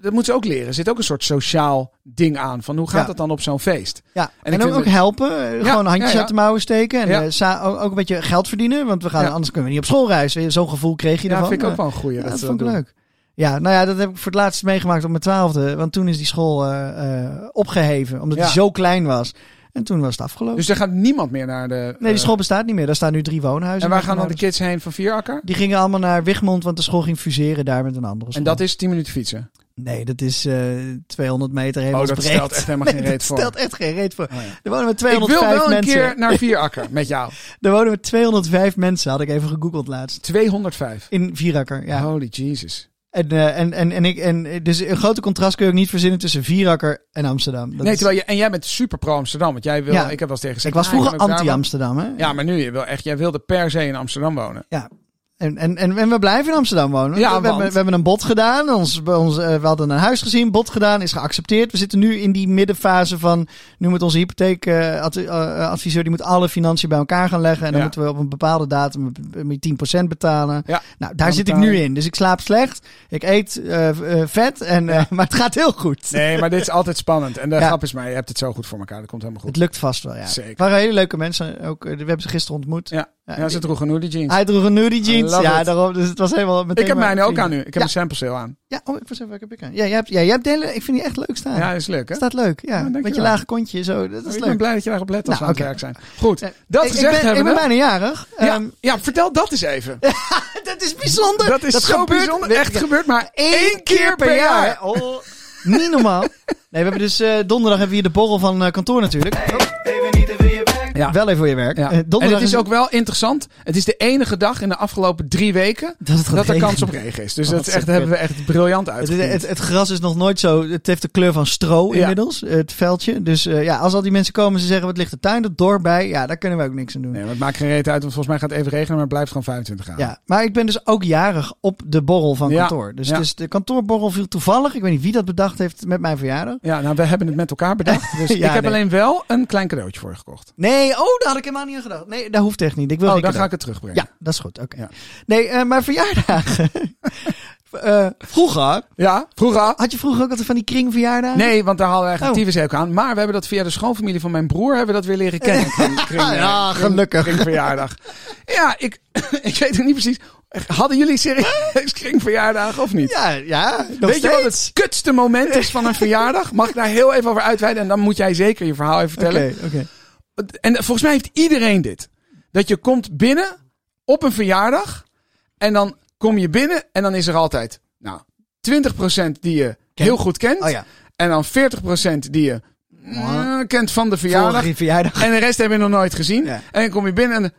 Speaker 2: Dat moeten ze ook leren. Er zit ook een soort sociaal ding aan. Van hoe gaat
Speaker 1: Ja.
Speaker 2: dat dan op zo'n feest?
Speaker 1: Ja,
Speaker 2: En
Speaker 1: en,
Speaker 2: ik
Speaker 1: ook,
Speaker 2: vind
Speaker 1: ook
Speaker 2: het-
Speaker 1: helpen. eh,
Speaker 2: Ja,
Speaker 1: gewoon handjes
Speaker 2: ja, ja.
Speaker 1: uit de mouwen steken. En
Speaker 2: Ja.
Speaker 1: eh, sa- ook, ook een beetje geld verdienen. Want we gaan,
Speaker 2: Ja.
Speaker 1: anders kunnen we niet op school reizen. Weer Zo'n gevoel kreeg je
Speaker 2: Ja,
Speaker 1: daarvan.
Speaker 2: vind ik ook
Speaker 1: Eh,
Speaker 2: wel een goeie.
Speaker 1: ja, dat
Speaker 2: ze
Speaker 1: vond ik
Speaker 2: doen.
Speaker 1: leuk. Ja, nou ja, dat heb ik voor het laatst meegemaakt op mijn twaalfde. Want toen is die school eh, eh, opgeheven. Omdat
Speaker 2: Ja.
Speaker 1: die zo klein was. En toen was het afgelopen.
Speaker 2: Dus er gaat niemand meer naar de...
Speaker 1: nee, die
Speaker 2: eh,
Speaker 1: school bestaat niet meer. Daar staan nu drie woonhuizen.
Speaker 2: en waar gaan dan de
Speaker 1: die...
Speaker 2: kids heen van Vierakker?
Speaker 1: die gingen allemaal naar Wichmond, want de school ging fuseren daar met een andere
Speaker 2: En
Speaker 1: school.
Speaker 2: dat is 10 minuten fietsen.
Speaker 1: Nee, dat is eh 200 meter helemaal
Speaker 2: Oh, dat
Speaker 1: breed.
Speaker 2: stelt echt helemaal geen
Speaker 1: Nee,
Speaker 2: reet
Speaker 1: dat
Speaker 2: voor.
Speaker 1: stelt echt geen reet voor.
Speaker 2: Oh, ja.
Speaker 1: Er wonen maar
Speaker 2: Ik
Speaker 1: 205
Speaker 2: wil wel een
Speaker 1: mensen.
Speaker 2: keer naar Vierakker met jou.
Speaker 1: Er wonen maar 205 mensen, had ik even gegoogeld laatst.
Speaker 2: 205.
Speaker 1: In Vierakker, ja.
Speaker 2: Holy Jesus.
Speaker 1: En, eh, en, en, en ik, en eh, dus een grote contrast kun je ook niet verzinnen tussen Vierakker en Amsterdam. Dat
Speaker 2: nee,
Speaker 1: is-
Speaker 2: terwijl je, en jij bent super pro Amsterdam. Want jij wil,
Speaker 1: Ja.
Speaker 2: ik heb wel eens tegen gezegd,
Speaker 1: ik was
Speaker 2: ah,
Speaker 1: vroeger
Speaker 2: ben ook daar, maar-
Speaker 1: anti-Amsterdam, hè?
Speaker 2: Ja, maar nu, je wil echt, jij wilde per se in Amsterdam wonen.
Speaker 1: En, en, en, en we blijven in Amsterdam wonen.
Speaker 2: Ja,
Speaker 1: we,
Speaker 2: want-
Speaker 1: hebben, we hebben een bod gedaan. Ons, bij ons, eh, we hadden een huis gezien, bod gedaan, is geaccepteerd. We zitten nu in die middenfase van... Nu moet onze hypotheekadviseur die moet alle financiën bij elkaar gaan leggen. En dan
Speaker 2: Ja.
Speaker 1: moeten we op een bepaalde datum eh, met 10% betalen.
Speaker 2: Ja. eh,
Speaker 1: Nou, daar
Speaker 2: Dan
Speaker 1: zit ik
Speaker 2: betaal
Speaker 1: nu
Speaker 2: je.
Speaker 1: in. Dus ik slaap slecht. Ik eet eh, eh, vet. En, eh, maar het gaat heel goed.
Speaker 2: Nee, maar dit is altijd spannend. En de
Speaker 1: Ja.
Speaker 2: grap is maar, je hebt het zo goed voor elkaar. Dat komt helemaal
Speaker 1: Het
Speaker 2: goed.
Speaker 1: lukt vast wel, ja.
Speaker 2: Zeker.
Speaker 1: Het waren hele leuke mensen. Ook, eh, we hebben ze gisteren ontmoet.
Speaker 2: Ja,
Speaker 1: Ja,
Speaker 2: ja, ze droeg genoeg die jeans.
Speaker 1: Hij droeg een nudie jeans.
Speaker 2: love
Speaker 1: Ja,
Speaker 2: it.
Speaker 1: daarom. Dus het was helemaal meteen
Speaker 2: Ik heb
Speaker 1: maar
Speaker 2: mijne ook
Speaker 1: vrienden.
Speaker 2: aan nu. Ik heb
Speaker 1: Ja.
Speaker 2: een sample sale aan.
Speaker 1: Ja, oh, ik was even, ik heb ik aan. Ja, jij hebt, ja, jij hebt de hele, ik vind die echt leuk staan.
Speaker 2: Ja, dat is leuk hè?
Speaker 1: staat leuk, ja.
Speaker 2: Ja, dankjewel.
Speaker 1: Met je lage kontje, zo. Dat Ah. is
Speaker 2: ik ben
Speaker 1: leuk.
Speaker 2: blij dat je daarop let als
Speaker 1: Nou,
Speaker 2: we aan
Speaker 1: oké.
Speaker 2: het werk zijn. Goed, dat
Speaker 1: ik, ik
Speaker 2: gezegd
Speaker 1: ben,
Speaker 2: hebben
Speaker 1: ik ben
Speaker 2: we.
Speaker 1: bijna jarig.
Speaker 2: Ja,
Speaker 1: Ehm,
Speaker 2: ja, vertel dat eens even.
Speaker 1: dat is bijzonder.
Speaker 2: dat is zo
Speaker 1: gebeurt-
Speaker 2: bijzonder. Echt gebeurt maar
Speaker 1: één keer per jaar. hè. Oh, niet normaal. Nee, we hebben dus eh, donderdag hebben we hier de borrel van eh, kantoor natuurlijk.
Speaker 3: Even niet, even je werk.
Speaker 2: Ja.
Speaker 1: Wel even voor je werk.
Speaker 2: Ja.
Speaker 1: Eh,
Speaker 2: en
Speaker 1: donderdag
Speaker 2: het is ook wel interessant. Het is de enige dag in de afgelopen drie weken
Speaker 1: dat, Oh, het gaat
Speaker 2: dat er
Speaker 1: regenen.
Speaker 2: kans op regen is. Dus
Speaker 1: Wat
Speaker 2: dat is echt,
Speaker 1: een
Speaker 2: hebben we echt briljant
Speaker 1: Het,
Speaker 2: uit.
Speaker 1: is- het, het gras is nog nooit zo. Het heeft de kleur van stro
Speaker 2: Ja.
Speaker 1: inmiddels, het veldje. Dus eh, ja, als al die mensen komen, ze zeggen: wat ligt de tuin, dat dorp bij? Ja, daar kunnen we ook niks aan doen.
Speaker 2: Nee, maar het maakt geen reet uit, want volgens mij gaat het even regenen, maar het blijft gewoon 25 graden.
Speaker 1: Ja, maar ik ben dus ook jarig op de borrel van
Speaker 2: Ja,
Speaker 1: kantoor. Dus,
Speaker 2: ja.
Speaker 1: dus de kantoorborrel viel toevallig, ik weet niet wie dat bedacht heeft, met mijn verjaardag.
Speaker 2: Ja, nou, we hebben het met elkaar bedacht. Dus
Speaker 1: Ja,
Speaker 2: ik heb
Speaker 1: nee.
Speaker 2: alleen wel een klein cadeautje voor je gekocht.
Speaker 1: Nee, oh, daar had ik helemaal niet aan gedacht. Nee, dat hoeft echt niet. Ik wil
Speaker 2: Oh,
Speaker 1: geen
Speaker 2: dan ga
Speaker 1: cadeau.
Speaker 2: ik het terugbrengen.
Speaker 1: Ja, dat is goed. Oké.
Speaker 2: Ja.
Speaker 1: Nee, eh, maar verjaardagen. Eh, vroeger,
Speaker 2: Ja, vroeger.
Speaker 1: had je vroeger ook altijd van die kringverjaardagen?
Speaker 2: Nee, want daar hadden we eigenlijk
Speaker 1: Ah. Oh.
Speaker 2: tyfus ook aan. Maar we hebben dat via de schoonfamilie van mijn broer hebben we dat weer leren kennen. Kring- kring-
Speaker 1: Ah, ja,
Speaker 2: kring-
Speaker 1: gelukkig.
Speaker 2: Kringverjaardag. Ja, ik, ik weet het niet precies. Hadden jullie serieus kringverjaardag of niet?
Speaker 1: Ja, ja. Nog
Speaker 2: Weet
Speaker 1: steeds.
Speaker 2: je wat het kutste moment is van een verjaardag? Mag ik daar heel even over uitweiden? En dan moet jij zeker je verhaal even
Speaker 1: Oké,
Speaker 2: vertellen.
Speaker 1: oké.
Speaker 2: En volgens mij heeft iedereen dit. Dat je komt binnen op een verjaardag. En dan kom je binnen en dan is er altijd nou, 20% die je heel goed kent.
Speaker 1: Oh ja, Oh.
Speaker 2: En dan 40% die je mm, kent van de verjaardag.
Speaker 1: vorige verjaardag.
Speaker 2: En de rest heb je nog nooit gezien.
Speaker 1: Ja.
Speaker 2: En dan kom je binnen en...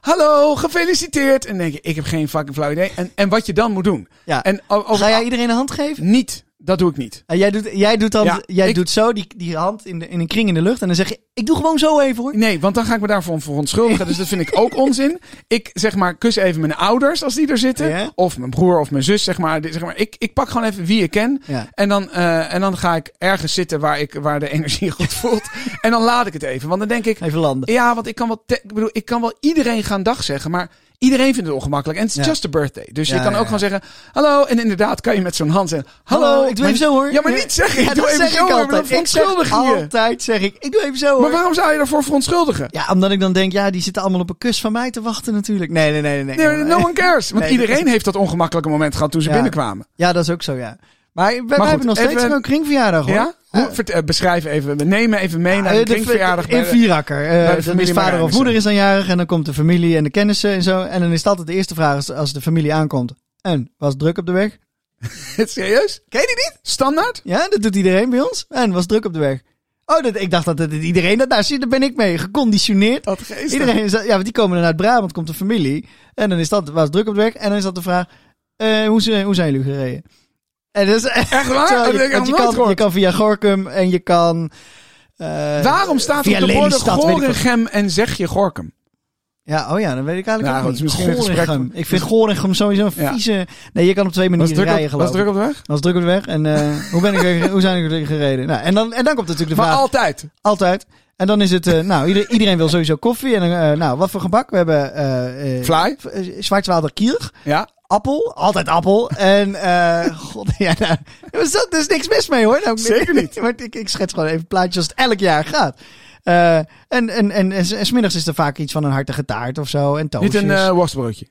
Speaker 2: Hallo, gefeliciteerd. En dan denk je, ik heb geen fucking flauw idee. En, en wat je dan moet doen.
Speaker 1: Ja.
Speaker 2: En o- over
Speaker 1: Ga jij iedereen een hand geven?
Speaker 2: niet. Dat doe ik niet.
Speaker 1: En jij doet, jij doet, dan,
Speaker 2: Ja,
Speaker 1: jij
Speaker 2: ik-
Speaker 1: doet zo die, die hand in, de, in een kring in de lucht en dan zeg je, ik doe gewoon zo even hoor.
Speaker 2: Nee, want dan ga ik me daarvoor verontschuldigen. Dus dat vind ik ook onzin. Ik zeg maar, kus even mijn ouders als die er zitten.
Speaker 1: Ja.
Speaker 2: Of mijn broer of mijn zus, zeg maar. Dit- zeg maar ik, ik pak gewoon even wie ik ken.
Speaker 1: Ja.
Speaker 2: En, dan, eh, en dan ga ik ergens zitten waar, ik, waar de energie goed voelt. en dan laat ik het even. Want dan denk ik,
Speaker 1: Even landen.
Speaker 2: ja, want ik kan wel, te- ik bedoel, ik kan wel iedereen gaan dag zeggen, maar iedereen vindt het ongemakkelijk. En het is
Speaker 1: Ja.
Speaker 2: just a birthday. Dus
Speaker 1: Ja,
Speaker 2: je kan
Speaker 1: ja,
Speaker 2: ook
Speaker 1: ja.
Speaker 2: gewoon zeggen, hallo. En inderdaad kan je met zo'n hand zeggen, hallo.
Speaker 1: Hallo, ik doe
Speaker 2: maar-
Speaker 1: even zo, hoor.
Speaker 2: Ja, maar
Speaker 1: Ja.
Speaker 2: niet zeggen, ik
Speaker 1: Ja,
Speaker 2: doe
Speaker 1: dat
Speaker 2: even
Speaker 1: zeg
Speaker 2: zo.
Speaker 1: ik
Speaker 2: hoor, maar dan
Speaker 1: altijd. Ik zeg
Speaker 2: verontschuldig je je.
Speaker 1: altijd zeg ik, ik doe even zo
Speaker 2: Maar
Speaker 1: hoor.
Speaker 2: waarom zou je daarvoor verontschuldigen?
Speaker 1: Ja, omdat ik dan denk, ja, die zitten allemaal op een kus van mij te wachten natuurlijk. Nee, nee, nee, nee. nee,
Speaker 2: Nee, no one cares. Want
Speaker 1: Nee,
Speaker 2: iedereen heeft dat ongemakkelijke moment gehad toen ze
Speaker 1: Ja.
Speaker 2: binnenkwamen.
Speaker 1: Ja, dat is ook zo, ja. Maar wij, wij
Speaker 2: goed,
Speaker 1: hebben nog steeds
Speaker 2: even-
Speaker 1: een kringverjaardag hoor.
Speaker 2: Ja? Hoe, vert- eh, beschrijf even, we nemen even mee naar de
Speaker 1: Eh, de-
Speaker 2: kringverjaardag. bij
Speaker 1: In
Speaker 2: de-
Speaker 1: Vierakker. Eh,
Speaker 2: de
Speaker 1: dat
Speaker 2: familie
Speaker 1: is vader of
Speaker 2: Marijnissen.
Speaker 1: moeder is dan jarig. En dan komt de familie en de kennissen en zo. En dan is het altijd de eerste vraag als, als de familie aankomt. En, was het druk op de weg?
Speaker 2: Serieus? Ken je die niet? Standaard?
Speaker 1: Ja, dat doet iedereen bij ons. En, was het druk op de weg? Oh, dat, ik dacht dat dat iedereen dat... Nou, zie, daar ben ik mee. Geconditioneerd.
Speaker 2: Wat geestig.
Speaker 1: Iedereen is, ja, want die komen dan uit Brabant, komt de familie. En dan is dat, was druk op de weg. En dan is dat de vraag, eh, hoe, zijn, hoe zijn jullie gereden? En dat is
Speaker 2: Echt waar?
Speaker 1: terwijl
Speaker 2: Dat heb
Speaker 1: je,
Speaker 2: ik
Speaker 1: want je,
Speaker 2: nog nooit
Speaker 1: kan,
Speaker 2: gehoord.
Speaker 1: je kan via Gorkum en je kan... eh,
Speaker 2: Waarom staat
Speaker 1: via
Speaker 2: op de borden
Speaker 1: Lelystad, weet ik
Speaker 2: Gorinchem en zeg je Gorkum?
Speaker 1: Ja, oh ja, dan weet ik eigenlijk
Speaker 2: Nou,
Speaker 1: ook
Speaker 2: het
Speaker 1: niet.
Speaker 2: is misschien een gesprek
Speaker 1: Gorinchem.
Speaker 2: van-
Speaker 1: Ik vind Gorinchem sowieso een
Speaker 2: Ja.
Speaker 1: vieze... Nee, je kan op twee
Speaker 2: Was het
Speaker 1: manieren
Speaker 2: druk op-
Speaker 1: rijden
Speaker 2: was
Speaker 1: geloof
Speaker 2: het
Speaker 1: ik.
Speaker 2: druk op de weg?
Speaker 1: Dat was druk op de weg. En eh, hoe, ben ik er, hoe zijn ik er gereden? Nou, en, dan, en dan komt natuurlijk de
Speaker 2: Maar
Speaker 1: vraag.
Speaker 2: altijd.
Speaker 1: Altijd. En dan is het, eh, nou, ieder- iedereen wil sowieso koffie. En dan, eh, nou, wat voor gebak? We hebben eh eh
Speaker 2: Fly.
Speaker 1: eh, Zwartwaalder Kier,
Speaker 2: Ja.
Speaker 1: appel, altijd appel. En, eh god, ja, nou, er is, er is niks mis mee hoor. Nou,
Speaker 2: Zeker niet.
Speaker 1: maar ik, ik schets gewoon even plaatjes als het elk jaar gaat. Eh, en, en, en, en, s- en smiddags is er vaak iets van een hartige taart of zo. En toastjes.
Speaker 2: Niet een eh, worstbroodje.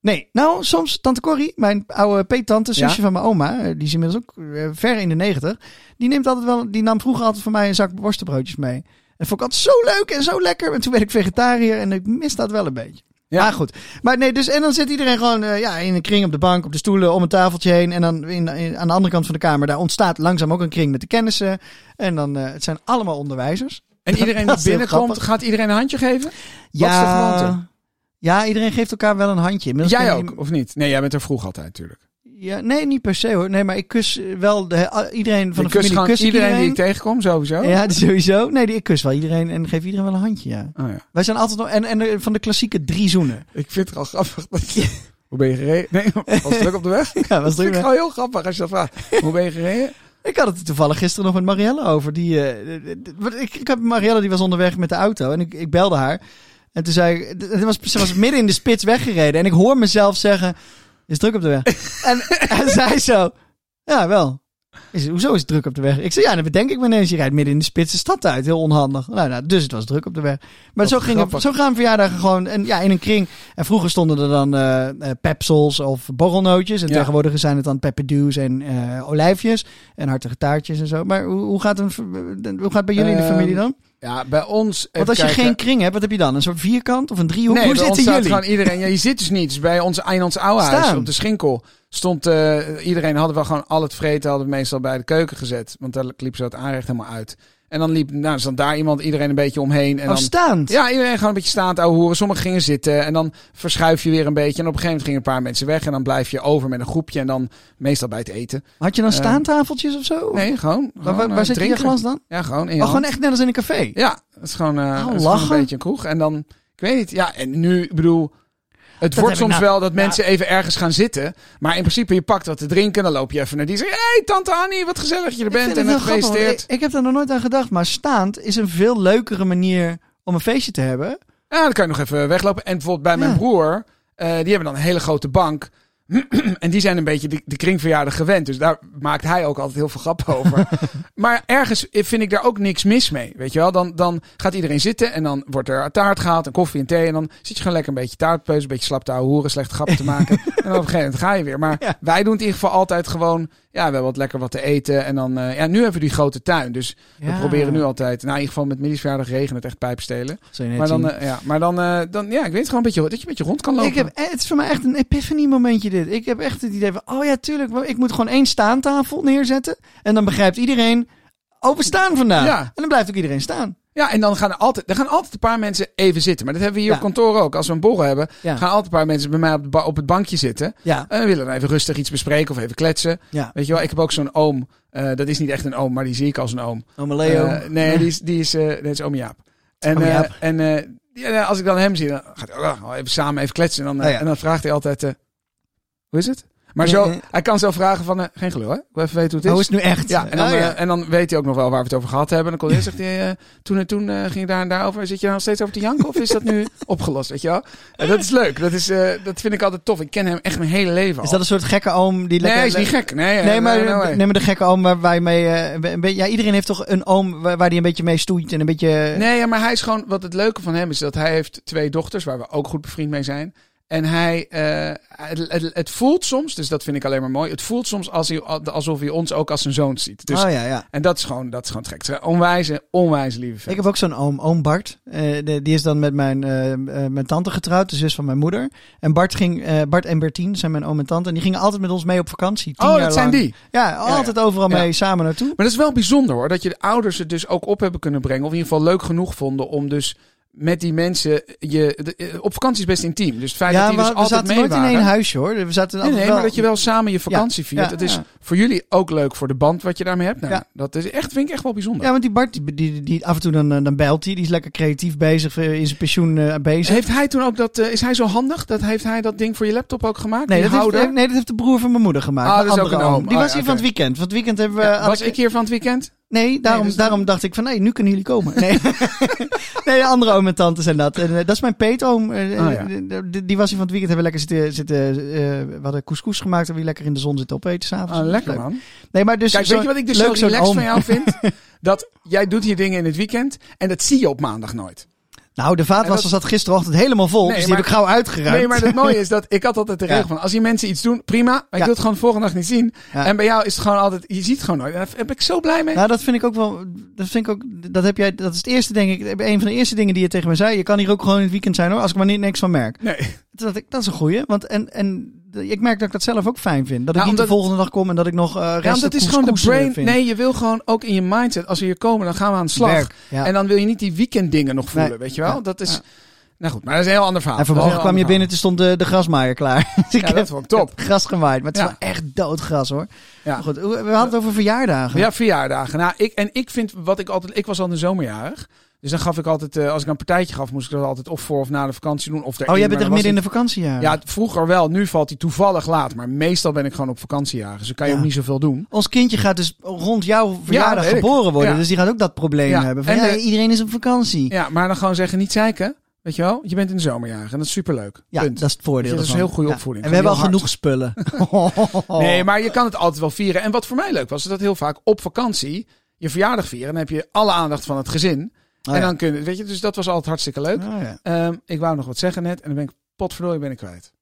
Speaker 1: Nee, nou soms tante Corrie, mijn oude peettante, zusje
Speaker 2: Ja?
Speaker 1: van mijn oma, eh, die is inmiddels ook eh, ver in de negentig. Die neemt altijd wel, die nam vroeger altijd voor mij een zak worstenbroodjes mee. En vond ik altijd zo leuk en zo lekker. En toen werd ik vegetariër en ik mis dat wel een beetje.
Speaker 2: Ja.
Speaker 1: Ja, goed. Maar nee, dus en dan zit iedereen gewoon eh, ja, in een kring op de bank, op de stoelen, om een tafeltje heen. En dan in, in- aan de andere kant van de kamer, daar ontstaat langzaam ook een kring met de kennissen. En dan, eh, het zijn allemaal onderwijzers.
Speaker 2: En iedereen
Speaker 1: Dat
Speaker 2: die
Speaker 1: is heel
Speaker 2: binnenkomt,
Speaker 1: grappig.
Speaker 2: gaat iedereen een handje geven?
Speaker 1: ja,
Speaker 2: de gewoonte?
Speaker 1: Ja, iedereen geeft elkaar wel een handje. Inmiddels
Speaker 2: Jij
Speaker 1: kennen die-
Speaker 2: ook, of niet? Nee, jij bent er vroeg altijd natuurlijk.
Speaker 1: Ja, nee, niet per se hoor. Nee, maar ik kus eh, wel de, a- iedereen van
Speaker 2: Ik
Speaker 1: de
Speaker 2: kus
Speaker 1: familie.
Speaker 2: gewoon
Speaker 1: Kus ik
Speaker 2: iedereen die ik tegenkom, sowieso.
Speaker 1: Ja, die sowieso. Nee, die, ik kus wel iedereen en geef iedereen wel een handje, ja.
Speaker 2: Oh, ja.
Speaker 1: Wij zijn altijd nog... En, en eh, van de klassieke drie zoenen.
Speaker 2: Ik vind het al grappig dat je... Hoe ben je gereden? Nee, was het druk op de weg?
Speaker 1: Ja, was eh,
Speaker 2: Dat vind ik
Speaker 1: druk.
Speaker 2: gewoon heel grappig als je dat vraagt. Hoe ben je gereden?
Speaker 1: Ik had het er toevallig gisteren nog met Marielle over. Die, eh, eh, eh, wat- ik, ik had Marielle, die was onderweg met de auto. En ik, ik belde haar. En toen zei ik... d- Het was, ze was midden in de spits weggereden. En ik hoor mezelf zeggen... Is het druk op de weg? En, en zij zo... Ja, wel. Is, hoezo is het druk op de weg? Ik zei, ja, dan bedenk ik me ineens. Je rijdt midden in de spitse stad uit. Heel onhandig. Nou, nou, dus het was druk op de weg. Maar
Speaker 2: Wat
Speaker 1: zo, ging het,
Speaker 2: grappig.
Speaker 1: zo gaan verjaardagen gewoon en, ja, in een kring. En vroeger stonden er dan eh eh, pepsels of borrelnootjes. En
Speaker 2: Ja.
Speaker 1: tegenwoordig zijn het dan pepperdews en eh, olijfjes. En hartige taartjes en zo. Maar hoe, hoe, gaat, een, v- hoe gaat het bij jullie in de
Speaker 2: Ehm,
Speaker 1: familie dan?
Speaker 2: Ja, bij ons...
Speaker 1: Want als je geen kring hebt, wat heb je dan? Een soort vierkant of een driehoek?
Speaker 2: Nee,
Speaker 1: hoe
Speaker 2: bij ons
Speaker 1: zitten
Speaker 2: staat
Speaker 1: jullie?
Speaker 2: gewoon iedereen... Ja, je zit dus niet. Dus bij ons Eindlands Oude Huis
Speaker 1: Staan.
Speaker 2: op de Schinkel stond... eh, iedereen hadden we gewoon al het vreten hadden we meestal bij de keuken gezet. Want daar liep zo het aanrecht helemaal uit. En dan liep... Nou, stond daar iemand iedereen een beetje omheen. En
Speaker 1: Oh,
Speaker 2: dan
Speaker 1: staand.
Speaker 2: Ja, iedereen gewoon een beetje staand ouwe horen. Sommigen gingen zitten en dan verschuif je weer een beetje. En op een gegeven moment gingen een paar mensen weg. En dan blijf je over met een groepje. En dan meestal bij het eten.
Speaker 1: Had je dan
Speaker 2: Eh,
Speaker 1: staantafeltjes of zo?
Speaker 2: Nee, gewoon.
Speaker 1: Waar, waar,
Speaker 2: eh,
Speaker 1: waar zit je
Speaker 2: drinken.
Speaker 1: glas dan?
Speaker 2: Ja, gewoon in je
Speaker 1: Oh, gewoon
Speaker 2: hand.
Speaker 1: echt net als in een café.
Speaker 2: Ja, het is gewoon, eh, het is gewoon
Speaker 1: Oh, lachen.
Speaker 2: een beetje een kroeg. En dan, ik weet niet. Ja, en nu, ik bedoel... Het
Speaker 1: heb
Speaker 2: wordt
Speaker 1: ik
Speaker 2: soms
Speaker 1: nou-
Speaker 2: wel dat mensen even ergens gaan zitten. Maar in principe, je pakt wat te drinken. Dan loop je even naar die. Zeg, hey, tante Annie, wat gezellig dat je er
Speaker 1: Ik
Speaker 2: bent.
Speaker 1: vind
Speaker 2: En
Speaker 1: het
Speaker 2: het
Speaker 1: heel grappig, want
Speaker 2: gefeliciteerd.
Speaker 1: Ik, ik heb daar nog nooit aan gedacht, maar staand is een veel leukere manier om een feestje te hebben.
Speaker 2: Ja, dan kan je nog even weglopen. En bijvoorbeeld bij mijn
Speaker 1: Ja.
Speaker 2: broer, eh, die hebben dan een hele grote bank. en die zijn een beetje de, de kringverjaardag gewend. Dus daar maakt hij ook altijd heel veel grappen over. maar ergens vind ik daar ook niks mis mee. Weet je wel, dan, dan gaat iedereen zitten en dan wordt er taart gehaald en koffie en thee. En dan zit je gewoon lekker een beetje taartpeus, een beetje slap te ouwe hoeren, slechte grappen te maken. en dan op een gegeven moment ga je weer. Maar
Speaker 1: Ja.
Speaker 2: wij doen het in ieder geval altijd gewoon, ja, we hebben wat lekker wat te eten. En dan, eh, ja, nu hebben we die grote tuin. Dus we
Speaker 1: Ja.
Speaker 2: proberen nu altijd, nou in ieder geval met Millie's verjaardag regent het echt pijpstelen.
Speaker 1: Zou je net
Speaker 2: Maar dan,
Speaker 1: zien.
Speaker 2: eh, ja, maar dan, eh, dan, ja, ik weet gewoon een beetje, dat je een beetje rond kan lopen.
Speaker 1: ik heb, eh, het is voor mij echt een epiphany momentje dit. Ik heb echt het idee van, oh ja, tuurlijk, maar ik moet gewoon één staantafel neerzetten. En dan begrijpt iedereen, oh, we staan vandaag.
Speaker 2: Ja.
Speaker 1: En dan blijft ook iedereen staan.
Speaker 2: Ja, en dan gaan er altijd, er gaan altijd een paar mensen even zitten. Maar dat hebben we hier
Speaker 1: Ja.
Speaker 2: op kantoor ook. Als we een borrel hebben,
Speaker 1: Ja.
Speaker 2: gaan altijd een paar mensen bij mij op, de ba- op het bankje zitten.
Speaker 1: Ja,
Speaker 2: En we willen dan even rustig iets bespreken of even kletsen.
Speaker 1: ja.
Speaker 2: Weet je wel, ik heb ook zo'n oom. Eh, dat is niet echt een oom, maar die zie ik als een oom.
Speaker 1: Oma Leo.
Speaker 2: Eh, nee, die is, die is, eh dat is oom Jaap. En,
Speaker 1: Oom
Speaker 2: eh,
Speaker 1: Jaap.
Speaker 2: en eh, ja, als ik dan hem zie, dan gaat hij ook wel even samen even kletsen. En dan, eh,
Speaker 1: Oh ja.
Speaker 2: en dan vraagt hij altijd, eh, hoe is het? Maar
Speaker 1: Ja,
Speaker 2: zo,
Speaker 1: ja.
Speaker 2: hij kan zo vragen van, eh, geen gelul hè? Ik wil even weten hoe het is.
Speaker 1: Oh, is het nu echt?
Speaker 2: Ja, en dan,
Speaker 1: Oh,
Speaker 2: eh, en dan weet hij ook nog wel waar we het over gehad hebben. En dan kon hij zegt hij, eh, toen en toen eh, ging je daar en daar over. Zit je nou nog steeds over te janken of is dat nu opgelost, weet je wel? En dat is leuk. Dat, is, eh, dat vind ik altijd tof. Ik ken hem echt mijn hele leven al.
Speaker 1: Is dat een soort gekke oom die
Speaker 2: nee,
Speaker 1: lekker...
Speaker 2: hij is niet gek. Nee, eh,
Speaker 1: Nee, maar,
Speaker 2: no way.
Speaker 1: nee, maar de gekke oom waar wij mee... eh, een beetje- ja, iedereen heeft toch een oom waar, waar die een beetje mee stoeit en een beetje...
Speaker 2: Nee, ja, maar hij is gewoon. Wat het leuke van hem is dat hij heeft twee dochters waar we ook goed bevriend mee zijn. En hij, eh, het, het, het voelt soms, dus dat vind ik alleen maar mooi. Het voelt soms als hij, alsof hij ons ook als zijn zoon ziet. Dus,
Speaker 1: oh ja, ja.
Speaker 2: En dat is gewoon, dat is gewoon te gek. Het is een Onwijze, onwijze lieve vent.
Speaker 1: Ik heb ook zo'n oom, oom Bart. Eh, de- die is dan met mijn, eh, eh, mijn tante getrouwd, de zus van mijn moeder. En Bart, ging, eh, Bart en Bertien zijn mijn oom en tante. En die gingen altijd met ons mee op vakantie. Tien
Speaker 2: Oh,
Speaker 1: jaar
Speaker 2: dat zijn
Speaker 1: lang.
Speaker 2: die.
Speaker 1: Ja, altijd overal mee samen naartoe.
Speaker 2: Maar dat is wel bijzonder hoor, dat je de ouders het dus ook op hebben kunnen brengen. Of in ieder geval leuk genoeg vonden om dus met die mensen. Je, de- eh, op vakantie is best intiem. Dus het feit dat
Speaker 1: ja,
Speaker 2: die dus
Speaker 1: maar we
Speaker 2: altijd
Speaker 1: zaten
Speaker 2: mee
Speaker 1: nooit in
Speaker 2: waren.
Speaker 1: één huisje hoor. We zaten
Speaker 2: Nee,
Speaker 1: altijd
Speaker 2: nee, maar dat je wel samen je vakantie viert.
Speaker 1: ja,
Speaker 2: dat is
Speaker 1: ja.
Speaker 2: voor jullie ook leuk voor de band wat je daarmee hebt. Nou,
Speaker 1: Ja.
Speaker 2: Dat is echt, vind ik echt wel bijzonder.
Speaker 1: Ja, want die Bart, die, die, die- af en toe dan, eh, dan belt hij. Die is lekker creatief bezig, eh, in zijn pensioen eh, bezig.
Speaker 2: heeft hij toen ook dat? eh, is hij zo handig? Dat heeft hij dat ding voor je laptop ook gemaakt?
Speaker 1: Nee
Speaker 2: die
Speaker 1: dat, heeft,
Speaker 2: houder?
Speaker 1: eh, nee, dat heeft de broer van mijn moeder gemaakt.
Speaker 2: Ah,
Speaker 1: Mijn
Speaker 2: dat is ook
Speaker 1: andere
Speaker 2: een oom.
Speaker 1: oom. Die
Speaker 2: Ah,
Speaker 1: was
Speaker 2: ja,
Speaker 1: hier van
Speaker 2: oké.
Speaker 1: het weekend. Van het weekend hebben we...
Speaker 2: Ja,
Speaker 1: eh, had
Speaker 2: was ik hier van het weekend?
Speaker 1: Nee, daarom,
Speaker 2: dus dan-
Speaker 1: daarom dacht ik van, nee, nu kunnen jullie komen. Nee, nee de andere oom en tante zijn dat. En, eh, dat is mijn peetoom. Eh,
Speaker 2: Oh, ja.
Speaker 1: eh, die, die was hier van het weekend. Hebben we lekker zitten... zitten eh, we hadden couscous gemaakt. Hebben we lekker in de zon zitten opeten s'avonds.
Speaker 2: Ah,
Speaker 1: Dat is
Speaker 2: lekker
Speaker 1: leuk.
Speaker 2: man.
Speaker 1: Nee, maar dus
Speaker 2: Kijk,
Speaker 1: zo'n-
Speaker 2: weet je wat ik dus
Speaker 1: leuk
Speaker 2: zo
Speaker 1: zo'n
Speaker 2: relaxed
Speaker 1: oom.
Speaker 2: van jou vind? Dat jij doet hier dingen in het weekend en dat zie je op maandag nooit.
Speaker 1: Nou, de
Speaker 2: En
Speaker 1: vaatwasser
Speaker 2: dat-
Speaker 1: zat gisterochtend helemaal vol.
Speaker 2: Nee,
Speaker 1: dus die
Speaker 2: maar-
Speaker 1: heb ik gauw uitgeruimd.
Speaker 2: Nee, maar het mooie is dat ik had altijd de
Speaker 1: Ja.
Speaker 2: regel van als die mensen iets doen, prima. Maar ik
Speaker 1: Ja.
Speaker 2: wil het gewoon de volgende dag niet zien.
Speaker 1: Ja.
Speaker 2: En bij jou is het gewoon altijd, je ziet het gewoon nooit. En daar ben ik zo blij mee.
Speaker 1: Nou, dat vind ik ook wel. Dat vind ik ook. Dat heb jij. Dat is het eerste, denk ik. Een van de eerste dingen die je tegen mij zei. Je kan hier ook gewoon in het weekend zijn hoor. Als ik maar niet niks van merk.
Speaker 2: Nee.
Speaker 1: Toen dacht ik, dat is een goeie. Want en. en ik merk dat ik dat zelf ook fijn vind. Dat ik
Speaker 2: Nou,
Speaker 1: niet de
Speaker 2: omdat-
Speaker 1: volgende dag kom en dat ik nog eh
Speaker 2: Ja, want
Speaker 1: resten
Speaker 2: het is gewoon de
Speaker 1: couscousen
Speaker 2: brain.
Speaker 1: vind.
Speaker 2: Nee, je wil gewoon ook in je mindset. Als we hier komen, dan gaan we aan de slag.
Speaker 1: Werk, ja.
Speaker 2: En dan wil je niet die weekenddingen nog voelen,
Speaker 1: Nee.
Speaker 2: weet je wel?
Speaker 1: Ja.
Speaker 2: Dat is.
Speaker 1: Ja.
Speaker 2: Nou goed, maar dat is een heel ander verhaal.
Speaker 1: En
Speaker 2: Dat is
Speaker 1: vanmorgen
Speaker 2: een
Speaker 1: kwam je
Speaker 2: heel
Speaker 1: binnen,
Speaker 2: ander
Speaker 1: toen stond de, de grasmaaier klaar. Dus ik
Speaker 2: verhaal. Ja, dat vond ik top.
Speaker 1: heb gras gemaaid. Maar het is
Speaker 2: Ja.
Speaker 1: wel echt dood gras hoor.
Speaker 2: Ja.
Speaker 1: Maar Goed, we hadden het over verjaardagen.
Speaker 2: Ja, verjaardagen. Nou, ik, en ik vind wat ik altijd. Ik was al een zomerjarig. Dus dan gaf ik altijd. eh, als ik een partijtje gaf, moest ik dat altijd of voor of na de vakantie doen. Of
Speaker 1: oh,
Speaker 2: daarin,
Speaker 1: jij
Speaker 2: maar
Speaker 1: bent echt
Speaker 2: dan was
Speaker 1: midden in de vakantiejaar.
Speaker 2: het- Ja, vroeger wel. Nu valt hij toevallig laat. Maar meestal ben ik gewoon op vakantiejarig. Dus dan kan je
Speaker 1: Ja.
Speaker 2: ook niet zoveel doen.
Speaker 1: Ons kindje gaat dus rond jouw verjaardag
Speaker 2: weet ik.
Speaker 1: geboren worden.
Speaker 2: Ja.
Speaker 1: Dus die gaat ook dat probleem
Speaker 2: Ja.
Speaker 1: hebben. Van,
Speaker 2: En
Speaker 1: ja,
Speaker 2: de-
Speaker 1: iedereen is op vakantie.
Speaker 2: Ja, maar dan gewoon zeggen: niet zeiken. Weet je wel? Je bent in de zomerjarig. En dat is superleuk.
Speaker 1: Ja,
Speaker 2: Punt.
Speaker 1: dat is het voordeel.
Speaker 2: Weet je, dat is
Speaker 1: ervan.
Speaker 2: een heel goede
Speaker 1: Ja.
Speaker 2: opvoeding.
Speaker 1: En we hebben al
Speaker 2: Gewoon
Speaker 1: genoeg spullen. Oh.
Speaker 2: Nee, maar je kan het altijd wel vieren. En wat voor mij leuk was, is dat heel vaak op vakantie je verjaardag vieren. Dan heb je alle aandacht van het gezin.
Speaker 1: Oh,
Speaker 2: en
Speaker 1: ja.
Speaker 2: dan kun je, weet je, dus dat was altijd hartstikke leuk.
Speaker 1: Oh, ja.
Speaker 2: Ehm, ik wou nog wat zeggen net en dan ben ik potverdorie ben ik kwijt.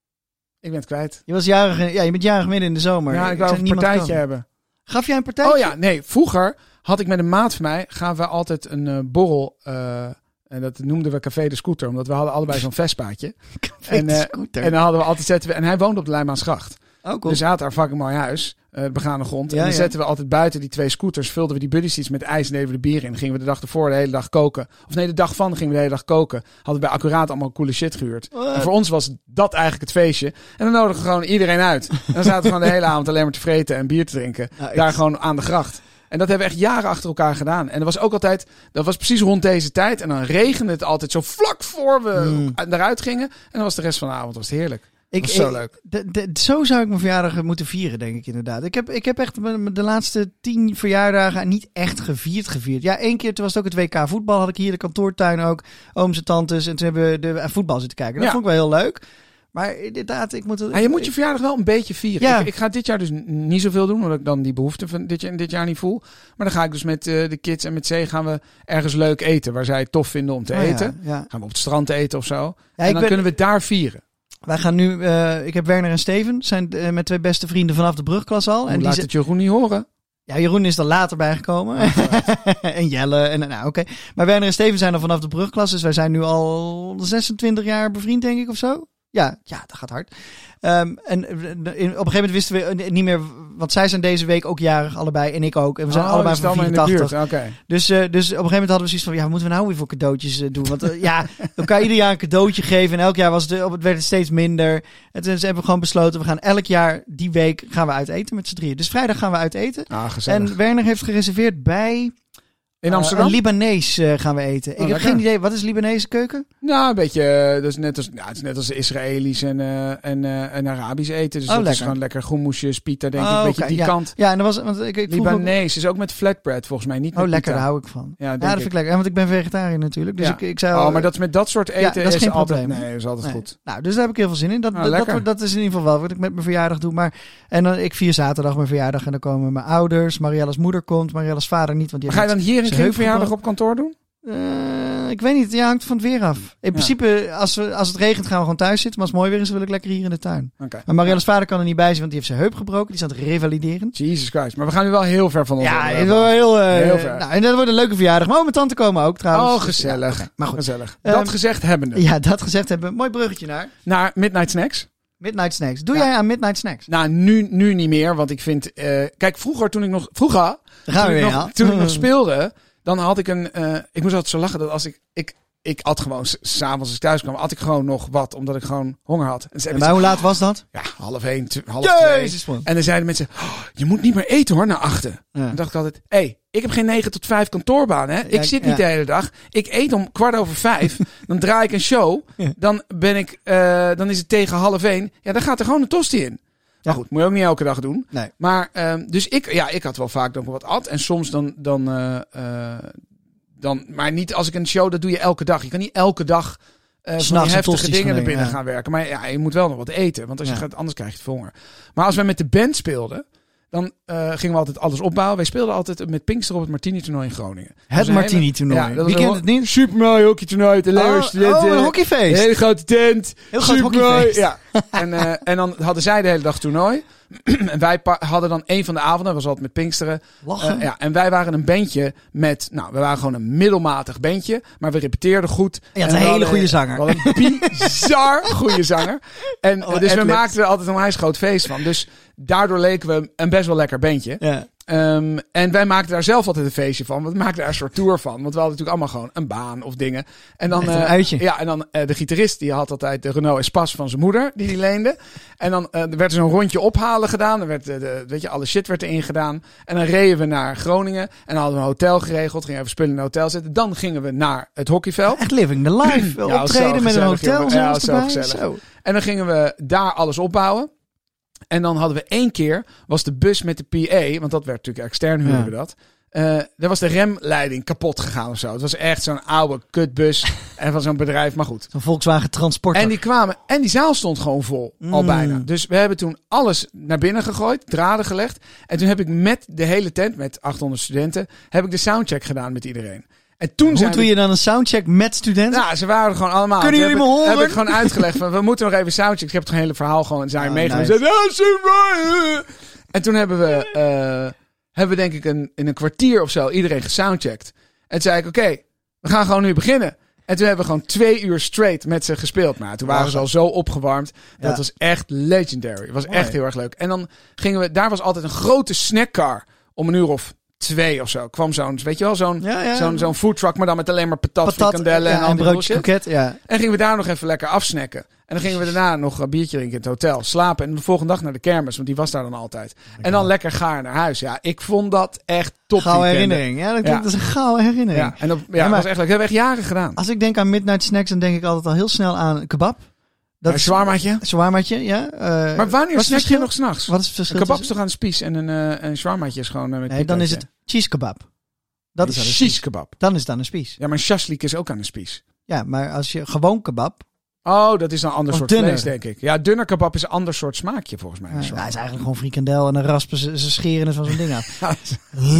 Speaker 2: Ik ben het kwijt.
Speaker 1: Je, was jarig, in- ja, je bent jarig midden in de zomer.
Speaker 2: ja, ik wou
Speaker 1: zei,
Speaker 2: een
Speaker 1: niemand
Speaker 2: partijtje
Speaker 1: kan.
Speaker 2: hebben.
Speaker 1: Gaf jij een partijtje?
Speaker 2: Oh ja, nee, vroeger had ik met een maat van mij, gaan we altijd een eh, borrel, eh, en dat noemden we Café de Scooter, omdat we hadden allebei zo'n Vespaatje.
Speaker 1: en,
Speaker 2: En, eh,
Speaker 1: scooter.
Speaker 2: en dan hadden we altijd, zetten we, en hij woonde op de Leimaansgracht.
Speaker 1: oh, cool.
Speaker 2: Dus hij had daar een fucking mooi huis. eh begane grond.
Speaker 1: Ja,
Speaker 2: en dan
Speaker 1: ja.
Speaker 2: zetten we altijd buiten die twee scooters. Vulden we die buddy seats met ijs en deden we de bier in. Dan gingen we de dag ervoor de hele dag koken. Of nee, de dag van gingen we de hele dag koken. Hadden we bij Accuraat allemaal coole shit gehuurd.
Speaker 1: What?
Speaker 2: En eh, voor ons was dat eigenlijk het feestje. En dan nodigden we gewoon iedereen uit. En dan zaten we gewoon de hele avond alleen maar te vreten en bier te drinken.
Speaker 1: Ja, nou, ik-
Speaker 2: daar gewoon aan de gracht. En dat hebben we echt jaren achter elkaar gedaan. En dat was ook altijd, dat was precies rond deze tijd. En dan regende het altijd zo vlak voor we
Speaker 1: Mm.
Speaker 2: eruit gingen. En dan was de rest van de avond was het heerlijk.
Speaker 1: ik,
Speaker 2: was zo
Speaker 1: ik-
Speaker 2: leuk.
Speaker 1: de- de- zo zou ik mijn verjaardag moeten vieren, denk ik inderdaad. Ik heb, ik heb echt mijn- mijn- de laatste tien verjaardagen niet echt gevierd gevierd. Ja, één keer, toen was het ook het WK voetbal, had ik hier de kantoortuin ook. Ooms en tantes. En toen hebben we de, aan voetbal zitten kijken. Dat
Speaker 2: Ja.
Speaker 1: vond ik wel heel leuk. Maar inderdaad, ik moet... het-
Speaker 2: Ja, Ah, je moet je verjaardag wel een beetje vieren.
Speaker 1: Ja.
Speaker 2: Ik, ik ga dit jaar dus n- niet zoveel doen, omdat ik dan die behoefte van dit jaar, dit jaar niet voel. Maar dan ga ik dus met eh, de kids en met Zee gaan we ergens leuk eten, waar zij het tof vinden om te
Speaker 1: Oh ja,
Speaker 2: eten.
Speaker 1: ja.
Speaker 2: Gaan we op het strand eten of zo.
Speaker 1: Ja,
Speaker 2: en
Speaker 1: ik
Speaker 2: dan
Speaker 1: ben-
Speaker 2: kunnen we het daar vieren.
Speaker 1: Wij gaan nu, eh, ik heb Werner en Steven, zijn eh, mijn twee beste vrienden vanaf de brugklas al.
Speaker 2: en
Speaker 1: En die
Speaker 2: laat
Speaker 1: ze-
Speaker 2: het Jeroen niet horen.
Speaker 1: ja, Jeroen is er later bijgekomen.
Speaker 2: Oh,
Speaker 1: en Jelle, en nou oké. Maar Werner en Steven zijn al vanaf de brugklas, dus wij zijn nu al 26 jaar bevriend, denk ik, of zo. Ja, ja, dat gaat hard. Ehm, en eh, in- op een gegeven moment wisten we eh, niet meer, want zij zijn deze week ook jarig, allebei, en ik ook. En we zijn
Speaker 2: Oh,
Speaker 1: allebei
Speaker 2: dat is
Speaker 1: van
Speaker 2: allemaal
Speaker 1: 84.
Speaker 2: in de buurt. Oké.
Speaker 1: Dus, eh, dus op een gegeven moment hadden we zoiets van, ja, wat moeten we nou weer voor cadeautjes eh, doen? Want eh, ja, elkaar ieder jaar een cadeautje geven en elk jaar was het, eh, op het werd het steeds minder. En toen hebben we gewoon besloten, we gaan elk jaar die week gaan we uit eten met z'n drieën. Dus vrijdag gaan we uit eten.
Speaker 2: Ah, gezellig.
Speaker 1: En Werner heeft gereserveerd bij
Speaker 2: in
Speaker 1: eh,
Speaker 2: Amsterdam?
Speaker 1: een Libanees eh, gaan we eten. Ik
Speaker 2: Oh,
Speaker 1: heb
Speaker 2: lekker.
Speaker 1: geen idee, wat is Libanese keuken?
Speaker 2: nou, een beetje, eh, dat is net als, nou, het is net als Israëlisch en, eh, en, eh, en Arabisch eten. Dus
Speaker 1: Oh,
Speaker 2: dat is
Speaker 1: lekker.
Speaker 2: gewoon lekker groenmoesjes, pita, denk ik.
Speaker 1: Oh,
Speaker 2: Een beetje
Speaker 1: oké,
Speaker 2: die kant.
Speaker 1: Ja, en dat was, want ik, ik vroeg ook-
Speaker 2: Libanees is ook met flatbread volgens mij, niet met
Speaker 1: oh lekker, daar
Speaker 2: pita.
Speaker 1: hou ik van.
Speaker 2: Ja, denk
Speaker 1: Ja, dat
Speaker 2: ik.
Speaker 1: vind ik lekker. En want ik ben vegetariër natuurlijk, dus
Speaker 2: Ja.
Speaker 1: ik, ik zei al,
Speaker 2: Oh, maar dat is met dat soort eten
Speaker 1: dat is
Speaker 2: is,
Speaker 1: geen
Speaker 2: altijd,
Speaker 1: probleem, hè?
Speaker 2: Nee, is altijd
Speaker 1: Nee.
Speaker 2: goed.
Speaker 1: Nou, dus daar heb ik heel veel zin in. Dat,
Speaker 2: Nou,
Speaker 1: dat- dat,
Speaker 2: lekker.
Speaker 1: dat is in ieder geval wel wat ik met mijn verjaardag doe. Maar, en dan, ik vier zaterdag mijn verjaardag en dan komen mijn ouders. Marielle's moeder komt, Marielle's vader niet. Want die
Speaker 2: Maar ga je
Speaker 1: heeft-
Speaker 2: dan hier een
Speaker 1: Zijn heup
Speaker 2: kringverjaardag op kantoor doen?
Speaker 1: Eh, ik weet niet, ja, hangt van het weer af. In principe, als, we, als het regent gaan we gewoon thuis zitten. Maar als het mooi weer is, wil ik lekker hier in de tuin.
Speaker 2: Oké.
Speaker 1: Maar Marielle's vader kan er niet bij zijn, want die heeft zijn heup gebroken. Die staat revalideren.
Speaker 2: Jesus Christ. Maar we gaan nu wel heel ver van ons. Oh,
Speaker 1: Ja,
Speaker 2: onderwerp
Speaker 1: het wordt wel heel... eh,
Speaker 2: Heel ver.
Speaker 1: nou, en dat wordt een leuke verjaardag. Maar ook mijn tante komen ook
Speaker 2: af.
Speaker 1: trouwens.
Speaker 2: Oh, gezellig.
Speaker 1: maar goed.
Speaker 2: Gezellig.
Speaker 1: Ehm,
Speaker 2: dat gezegd hebbende.
Speaker 1: Ja, dat gezegd hebben. Mooi bruggetje naar
Speaker 2: Naar Midnight Snacks.
Speaker 1: Midnight Snacks. Doe
Speaker 2: Ja.
Speaker 1: jij aan Midnight Snacks?
Speaker 2: Nou, nu, nu niet meer. Want ik vind... eh, kijk, vroeger toen ik nog... Vroeger,
Speaker 1: Daar gaan
Speaker 2: toen,
Speaker 1: we
Speaker 2: ik
Speaker 1: weer.
Speaker 2: nog,
Speaker 1: Nou, ja. Mm.
Speaker 2: toen ik nog speelde, dan had ik een... eh, ik moest altijd zo lachen dat als ik... ik ik at gewoon, s- s'avonds als ik thuis kwam, at ik gewoon nog wat, omdat ik gewoon honger had. En ze
Speaker 1: En
Speaker 2: hebben
Speaker 1: maar hoe laat was dat?
Speaker 2: ja, half één, tw- half twee.
Speaker 1: Jezus man.
Speaker 2: En dan zeiden mensen, "Oh, je moet niet meer eten hoor, na achten.
Speaker 1: Ja.
Speaker 2: Dan dacht ik altijd, hé, hey, ik heb geen 9 tot 5 kantoorbaan, hè. Ik
Speaker 1: Ja,
Speaker 2: zit
Speaker 1: ja.
Speaker 2: niet de hele dag. Ik eet om kwart over vijf. dan draai ik een show.
Speaker 1: Ja.
Speaker 2: Dan ben ik, eh, dan is het tegen half één. Ja, dan gaat er gewoon een tosti in. Maar goed, moet je ook niet elke dag doen.
Speaker 1: Nee.
Speaker 2: Maar, ehm, dus ik, ja, ik had wel vaak nog wel wat at. En soms dan, dan, eh, eh, dan, maar niet als ik een show, dat doe je elke dag. Je kan niet elke dag eh van
Speaker 1: S'nachts
Speaker 2: die
Speaker 1: een
Speaker 2: heftige
Speaker 1: tosti's gaan
Speaker 2: dingen
Speaker 1: doen,
Speaker 2: er binnen
Speaker 1: ja.
Speaker 2: gaan werken. Maar ja, je moet wel nog wat eten. Want als je
Speaker 1: Ja.
Speaker 2: gaat, anders krijg je het voor honger. Maar als wij met de band speelden, dan eh, gingen we altijd alles opbouwen. Wij speelden altijd met Pinkster op het Martini toernooi in Groningen.
Speaker 1: Het Martini toernooi.
Speaker 2: Ja, dat was
Speaker 1: Wie
Speaker 2: een
Speaker 1: kent
Speaker 2: ho-
Speaker 1: het niet?
Speaker 2: Super mooi hockey toernooi. De
Speaker 1: Oh, oh, een hockeyfeest.
Speaker 2: hele grote tent.
Speaker 1: Heel groot
Speaker 2: supermooi.
Speaker 1: hockeyfeest.
Speaker 2: Ja. En, eh, en dan hadden zij de hele dag toernooi. en wij pa- hadden dan een van de avonden, dat was altijd met Pinksteren.
Speaker 1: Lachen.
Speaker 2: Eh, ja, en wij waren een bandje met, nou, we waren gewoon een middelmatig bandje, maar we repeteerden goed.
Speaker 1: Je had
Speaker 2: En
Speaker 1: een
Speaker 2: we
Speaker 1: hele
Speaker 2: hadden-
Speaker 1: goede zanger.
Speaker 2: we hadden een bizar goede zanger. En eh,
Speaker 1: Oh,
Speaker 2: dus we
Speaker 1: ad-lib.
Speaker 2: maakten er altijd een onwijs groot feest van. Dus daardoor leken we een best wel lekker bandje.
Speaker 1: Ja.
Speaker 2: Ehm, en wij maakten daar zelf altijd een feestje van. We maakten daar een soort tour van. Want we hadden natuurlijk allemaal gewoon een baan of dingen. En dan,
Speaker 1: Echt een
Speaker 2: eh,
Speaker 1: uitje.
Speaker 2: Ja, en dan eh, de gitarist die had altijd de Renault Espace van zijn moeder. Die die leende. En dan eh, er werd er zo'n rondje ophalen gedaan. Er werd, eh, de, weet je, alle shit werd erin gedaan. En dan reden we naar Groningen. En dan hadden we een hotel geregeld. Gingen even spullen in een hotel zetten. Dan gingen we naar het hockeyveld.
Speaker 1: Echt living the life.
Speaker 2: Ja,
Speaker 1: Optreden
Speaker 2: zo
Speaker 1: met een
Speaker 2: gezellig,
Speaker 1: hotel
Speaker 2: jongen.
Speaker 1: zelfs
Speaker 2: Ja, zo
Speaker 1: erbij.
Speaker 2: gezellig.
Speaker 1: Zo.
Speaker 2: En dan gingen we daar alles opbouwen. En dan hadden we één keer, was de bus met de PA, want dat werd natuurlijk extern, huren
Speaker 1: Ja.
Speaker 2: we dat. Eh daar was de remleiding kapot gegaan of zo. Het was echt zo'n oude kutbus en van zo'n bedrijf, maar goed.
Speaker 1: Zo'n Volkswagen Transporter.
Speaker 2: En die kwamen, en die zaal stond gewoon vol, al
Speaker 1: Mm.
Speaker 2: bijna. Dus we hebben toen alles naar binnen gegooid, draden gelegd. En toen heb ik met de hele tent, met 800 studenten, heb ik de soundcheck gedaan met iedereen. En toen
Speaker 1: Hoe
Speaker 2: zijn
Speaker 1: doe
Speaker 2: we
Speaker 1: je dan een soundcheck met studenten?
Speaker 2: ja, ze waren er gewoon allemaal.
Speaker 1: Kunnen
Speaker 2: Toen
Speaker 1: jullie
Speaker 2: heb
Speaker 1: me
Speaker 2: ik-
Speaker 1: horen?
Speaker 2: Heb ik gewoon uitgelegd van, we moeten nog even soundcheck. Ik heb het hele verhaal gewoon zijn
Speaker 1: Ah,
Speaker 2: meegenomen.
Speaker 1: nice.
Speaker 2: Ze zeiden, "Ah, super, eh." En toen hebben we, eh, hebben we denk ik een, in een kwartier of zo iedereen gesoundcheckt. En toen zei ik, oké, we gaan gewoon nu beginnen. En toen hebben we gewoon twee uur straight met ze gespeeld. Maar toen waren ze al zo opgewarmd. Dat
Speaker 1: Ja.
Speaker 2: was echt legendary. Het was
Speaker 1: Mooi.
Speaker 2: echt heel erg leuk. En dan gingen we, daar was altijd een grote snackcar om een uur of twee of zo. Kwam zo'n, weet je wel, zo'n
Speaker 1: Ja, ja.
Speaker 2: zo'n zo'n foodtruck, maar dan met alleen maar patat,
Speaker 1: Ehm, Patat eh, ja,
Speaker 2: frikandellen en, andere
Speaker 1: broodje
Speaker 2: bullshit.
Speaker 1: kroket. Ja.
Speaker 2: En gingen we daar nog even lekker afsnacken. En dan gingen we daarna nog een biertje drinken in het hotel, slapen. En de volgende dag naar de kermis, want die was daar dan altijd. En dan lekker gaar naar huis. Ja, ik vond dat echt top.
Speaker 1: Gouden
Speaker 2: weekenden.
Speaker 1: herinnering. Ja, dat, klinkt-
Speaker 2: Ja.
Speaker 1: dat is een gouden herinnering.
Speaker 2: Ja, en dat, ja,
Speaker 1: Ja, maar- Ah,
Speaker 2: dat was echt leuk. Dat hebben we echt jaren gedaan.
Speaker 1: Als ik denk aan Midnight Snacks, dan denk ik altijd al heel snel aan kebab.
Speaker 2: Dat
Speaker 1: is
Speaker 2: shawarmaatje.
Speaker 1: Shawarmaatje, ja. Eh,
Speaker 2: Maar wanneer
Speaker 1: wat is
Speaker 2: snack
Speaker 1: het
Speaker 2: je
Speaker 1: verschil?
Speaker 2: nog s'nachts?
Speaker 1: Wat is het
Speaker 2: Een
Speaker 1: verschil?
Speaker 2: kebab is
Speaker 1: tussen-
Speaker 2: toch aan de spies en een, eh een shawarmaatje is gewoon eh, met
Speaker 1: Nee, dan is
Speaker 2: pitaatje.
Speaker 1: het cheese kebab. Dat is
Speaker 2: een
Speaker 1: wel een
Speaker 2: shish
Speaker 1: spies.
Speaker 2: kebab.
Speaker 1: Dan is het dan een spies.
Speaker 2: Ja, maar een shashlik is ook aan de spies.
Speaker 1: Ja, maar als je gewoon kebab...
Speaker 2: Oh, dat is een ander
Speaker 1: Of
Speaker 2: soort
Speaker 1: dunner.
Speaker 2: vlees, denk ik. Ja, dunner kebab is een ander soort smaakje, volgens mij.
Speaker 1: Ja,
Speaker 2: Een
Speaker 1: nou, het is
Speaker 2: shawarma.
Speaker 1: eigenlijk gewoon frikandel en dan raspen ze, ze scheren het van zo'n ding af.